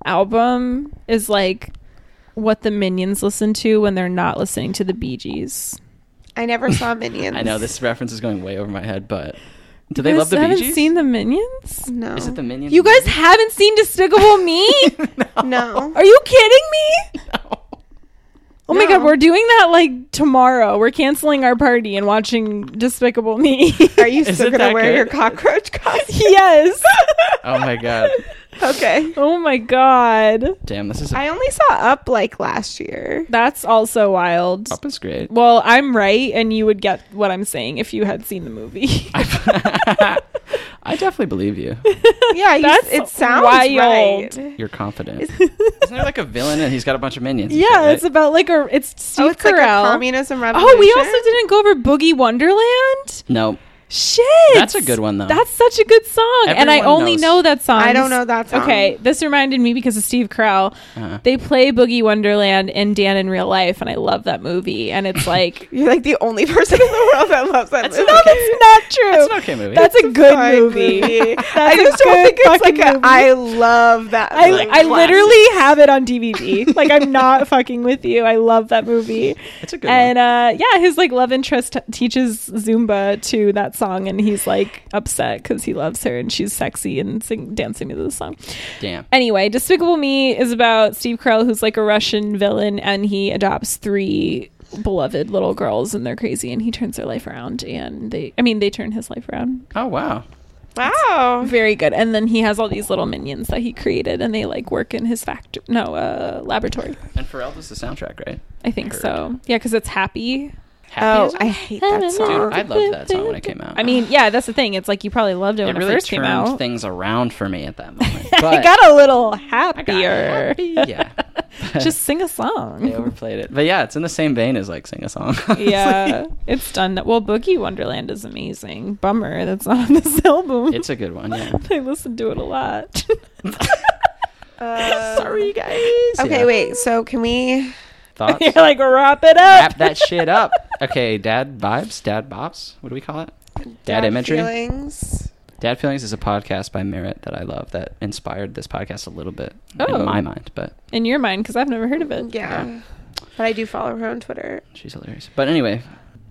Speaker 3: album is like what the Minions listen to when they're not listening to the Bee Gees.
Speaker 1: I never
Speaker 2: [LAUGHS]
Speaker 1: saw Minions.
Speaker 2: I know this reference is going way over my head, but do they
Speaker 3: You
Speaker 2: love
Speaker 3: guys
Speaker 2: the Bee
Speaker 3: haven't
Speaker 2: Gees? Mm.
Speaker 3: seen the Minions?
Speaker 1: No.
Speaker 2: is it the Minions?
Speaker 3: You guys haven't seen
Speaker 2: [LAUGHS]
Speaker 3: Despicable Me? [LAUGHS]
Speaker 1: no.
Speaker 3: Are you kidding me?
Speaker 2: No.
Speaker 3: Oh my
Speaker 1: No.
Speaker 3: god, we're doing that like tomorrow. We're canceling our party and watching Despicable Me. [LAUGHS]
Speaker 1: Are you
Speaker 2: Is
Speaker 1: still
Speaker 2: it
Speaker 1: gonna
Speaker 2: that
Speaker 1: wear
Speaker 2: good?
Speaker 1: your
Speaker 2: [LAUGHS]
Speaker 1: cockroach costume?
Speaker 3: yes.
Speaker 2: Oh my
Speaker 3: [LAUGHS]
Speaker 2: god.
Speaker 1: okay.
Speaker 3: Oh my god.
Speaker 2: Damn, this is
Speaker 1: I only saw Up like last year.
Speaker 3: That's also
Speaker 2: [LAUGHS]
Speaker 3: wild.
Speaker 2: up is great.
Speaker 3: Well, I'm right and you would get what I'm saying if you had seen the movie.
Speaker 2: I [LAUGHS] definitely believe you.
Speaker 1: Yeah, you,
Speaker 3: That's
Speaker 1: it sounds
Speaker 3: wild.
Speaker 1: right.
Speaker 2: You're confident.
Speaker 3: [LAUGHS]
Speaker 2: Isn't there like a villain and he's got a bunch of minions? and shit,
Speaker 3: Yeah,
Speaker 2: right?
Speaker 3: it's about like a it's Steve
Speaker 1: Oh, it's like
Speaker 3: Carell.
Speaker 1: a communism revolution.
Speaker 3: oh, we also didn't go over Boogie Wonderland.
Speaker 2: no.
Speaker 3: Shit,
Speaker 2: That's a good one, though.
Speaker 3: That's such a good song, and I
Speaker 2: Everyone
Speaker 3: only
Speaker 2: knows.
Speaker 3: know that song.
Speaker 1: I don't know that song.
Speaker 3: Okay, this reminded me because of Steve Carell.
Speaker 2: Uh-huh.
Speaker 3: They play Boogie Wonderland in Dan in Real Life, and I love that movie. And
Speaker 1: [LAUGHS]
Speaker 3: it's like, [LAUGHS]
Speaker 1: You're like the only person in the world that loves that movie.
Speaker 3: no, that's not
Speaker 2: [LAUGHS]
Speaker 3: true.
Speaker 2: That's an okay movie.
Speaker 3: That's a
Speaker 1: Fine
Speaker 3: good movie. [LAUGHS]
Speaker 1: I
Speaker 3: a
Speaker 1: just don't
Speaker 3: good
Speaker 1: think it's like
Speaker 3: fucking
Speaker 1: a. I
Speaker 3: movie.
Speaker 1: love that.
Speaker 3: I,
Speaker 1: movie
Speaker 3: I
Speaker 1: classic.
Speaker 3: literally have it on DVD. like I'm not [LAUGHS] fucking with you. I love that movie.
Speaker 2: It's a good
Speaker 3: and uh, yeah, his like love interest t- teaches Zumba to that song, and he's like upset because he loves her and she's sexy and sing- dancing to this song.
Speaker 2: Damn.
Speaker 3: Anyway, Despicable Me is about Steve Carell, who's like a Russian villain, and he adopts three beloved little girls, and they're crazy, and he turns their life around, and they—I mean, they turn his life around
Speaker 2: Oh wow.
Speaker 1: Wow.
Speaker 3: very good and then he has all these little minions that he created and they like work in his factory no uh laboratory
Speaker 2: And Pharrell does the soundtrack, right?
Speaker 3: i think
Speaker 2: Heard.
Speaker 3: so yeah because it's happy
Speaker 1: Oh,
Speaker 2: is-
Speaker 1: I hate that
Speaker 2: Dude,
Speaker 1: song.
Speaker 2: I loved that song when it came out.
Speaker 3: i mean yeah that's the thing it's like you probably loved it,
Speaker 2: it
Speaker 3: when
Speaker 2: really
Speaker 3: it first came
Speaker 2: turned
Speaker 3: out [LAUGHS]
Speaker 2: things around for me at [LAUGHS] that moment. But
Speaker 3: i got a little
Speaker 2: I got
Speaker 3: happier
Speaker 2: happy, [LAUGHS] Yeah.
Speaker 3: [LAUGHS] just sing a
Speaker 2: they
Speaker 3: song
Speaker 2: overplayed it. But yeah, it's in the same vein as like sing a song.
Speaker 3: [LAUGHS]
Speaker 2: [LAUGHS]
Speaker 3: yeah it's done well boogie wonderland is amazing bummer that's not on this [LAUGHS] album
Speaker 2: it's a good one, [LAUGHS] yeah.
Speaker 3: [LAUGHS] i listen to it
Speaker 2: [LAUGHS]
Speaker 3: a lot [LAUGHS]
Speaker 2: Sorry guys.
Speaker 1: [LAUGHS] Okay,
Speaker 2: Yeah.
Speaker 1: wait. So can we?
Speaker 2: Thoughts?
Speaker 3: you're [LAUGHS] like wrap it up
Speaker 2: Wrap that shit up. Okay, dad vibes, dad bops. What do we call it? Dad, imagery.
Speaker 1: Feelings.
Speaker 2: Dad Feelings is a podcast by Merritt that I love that inspired this podcast a little bit
Speaker 3: Oh.
Speaker 2: in my mind, but
Speaker 3: [LAUGHS] in your mind because I've never heard of it.
Speaker 1: Yeah. But I do follow her on Twitter.
Speaker 2: she's hilarious. But anyway,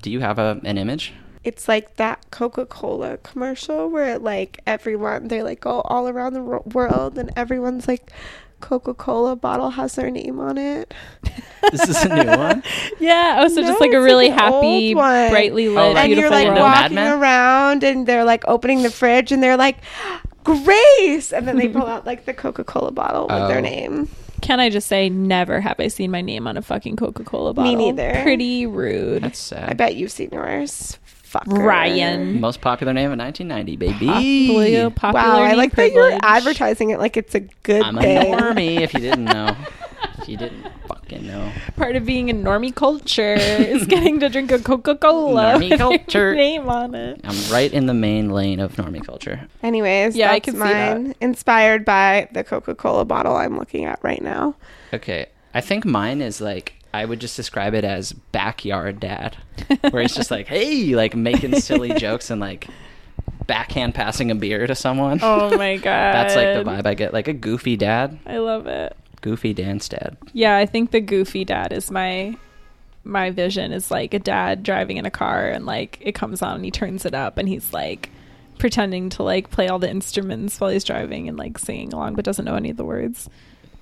Speaker 2: do you have a, an image?
Speaker 1: It's like that Coca Cola commercial where like everyone, they like go all around the ro- world and everyone's like Coca Cola bottle has their name on it.
Speaker 2: This is [LAUGHS] a new one.
Speaker 3: Yeah. Oh, so
Speaker 1: No,
Speaker 3: just like a
Speaker 1: it's
Speaker 3: really
Speaker 1: like an
Speaker 3: happy,
Speaker 1: old one.
Speaker 3: brightly lit,
Speaker 2: Oh, like-
Speaker 1: and you're
Speaker 3: beautiful
Speaker 1: like
Speaker 3: world.
Speaker 2: Mad
Speaker 1: walking
Speaker 2: Men?
Speaker 1: around and they're like opening the fridge and they're like, Grace! And then they
Speaker 2: [LAUGHS]
Speaker 1: pull out like the Coca Cola bottle with
Speaker 2: Oh.
Speaker 1: their name.
Speaker 3: Can I just say, never have I seen my name on a fucking Coca Cola bottle.
Speaker 1: neither.
Speaker 3: Pretty rude.
Speaker 2: That's
Speaker 1: I
Speaker 2: sad.
Speaker 1: bet you've seen yours. Fucker.
Speaker 3: Ryan.
Speaker 2: Most popular name of 1990,
Speaker 3: Popular,
Speaker 2: baby.
Speaker 3: Ah, popular
Speaker 1: Wow, I
Speaker 3: name
Speaker 1: like that you're
Speaker 3: privilege.
Speaker 1: advertising it like it's a good
Speaker 2: I'm a
Speaker 1: thing.
Speaker 2: normie. If you didn't know, if you didn't fucking know,
Speaker 3: Part of being in normie
Speaker 2: [LAUGHS]
Speaker 3: culture is getting to drink a Coca Cola
Speaker 2: Normie
Speaker 3: [LAUGHS] with your
Speaker 2: culture.
Speaker 3: name on it.
Speaker 2: I'm right in the main lane of normie culture.
Speaker 1: Anyways,
Speaker 3: Yeah, I
Speaker 1: that's
Speaker 3: can see that.
Speaker 1: mine. Inspired by the Coca Cola bottle I'm looking at right now.
Speaker 2: Okay, I think mine is like I would just describe it as backyard dad, where he's just
Speaker 1: [LAUGHS]
Speaker 2: like, hey, like making silly jokes and like backhand passing a beer to someone.
Speaker 3: [LAUGHS] Oh my
Speaker 2: [LAUGHS]
Speaker 3: god,
Speaker 2: That's like the vibe I get, like a goofy dad,
Speaker 3: I love it.
Speaker 2: goofy dance dad.
Speaker 3: Yeah, I think the goofy dad is my my vision is like a dad driving in a car and like it comes on and he turns it up and he's like pretending to like play all the instruments while he's driving and like singing along but doesn't know any of the words.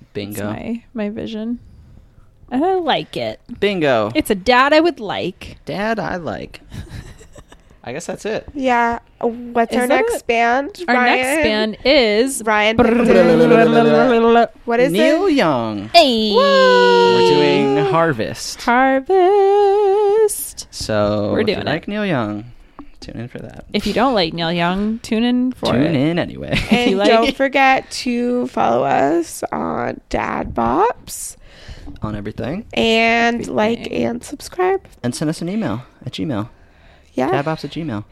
Speaker 3: That's
Speaker 2: Bingo,
Speaker 3: my my vision. And I like it.
Speaker 2: bingo.
Speaker 3: It's a dad I would like.
Speaker 2: dad, I like. I guess that's it.
Speaker 1: Yeah. What's
Speaker 3: Is
Speaker 1: our
Speaker 3: that
Speaker 1: next
Speaker 3: it?
Speaker 1: band?
Speaker 3: Our next band is
Speaker 1: Ryan. picked it. what is
Speaker 3: [LAUGHS]
Speaker 2: Neil
Speaker 1: it?
Speaker 2: Young.
Speaker 3: Hey.
Speaker 2: We're doing Harvest.
Speaker 3: Harvest.
Speaker 2: So
Speaker 3: We're
Speaker 2: if you
Speaker 3: doing it.
Speaker 2: like Neil Young, tune in for that.
Speaker 3: If you don't like Neil Young, tune in for
Speaker 2: tune
Speaker 3: it.
Speaker 2: in anyway.
Speaker 3: If you
Speaker 1: And
Speaker 3: like-
Speaker 1: don't forget to follow us on Dad Bops
Speaker 2: [LAUGHS] on everything.
Speaker 1: and like
Speaker 3: Everything.
Speaker 1: and subscribe.
Speaker 2: And send us an email at Gmail.
Speaker 3: Ah.
Speaker 1: Yeah,
Speaker 2: Tabops at Gmail.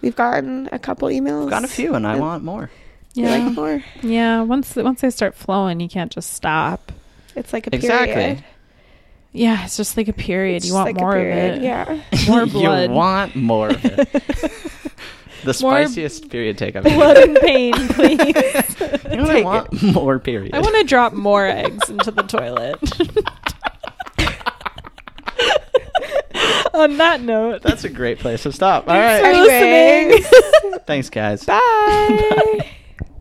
Speaker 1: we've gotten a couple emails.
Speaker 2: Got a few and I want more.
Speaker 1: We
Speaker 3: Yeah.
Speaker 1: like more.
Speaker 3: Yeah, once once they start flowing, you can't just stop.
Speaker 1: It's like a period.
Speaker 2: Exactly.
Speaker 3: Yeah, it's just like a period.
Speaker 1: It's
Speaker 3: you
Speaker 1: just
Speaker 3: want
Speaker 1: like a
Speaker 3: more of
Speaker 1: period,
Speaker 3: it.
Speaker 1: Yeah.
Speaker 3: More
Speaker 2: [LAUGHS]
Speaker 3: blood.
Speaker 2: you want more [LAUGHS] of
Speaker 3: [LAUGHS]
Speaker 2: it. the
Speaker 3: More
Speaker 2: spiciest period take I've
Speaker 3: Blood
Speaker 2: ever
Speaker 3: and
Speaker 2: [LAUGHS]
Speaker 3: pain, please.
Speaker 2: You know what I
Speaker 1: Take
Speaker 2: want? More period.
Speaker 3: I want to drop more eggs into the [LAUGHS] toilet. On that note,
Speaker 2: That's a great place to stop. All
Speaker 3: thanks
Speaker 2: right. [LAUGHS]
Speaker 3: for listening.
Speaker 1: Anyways.
Speaker 2: Thanks, guys.
Speaker 1: Bye.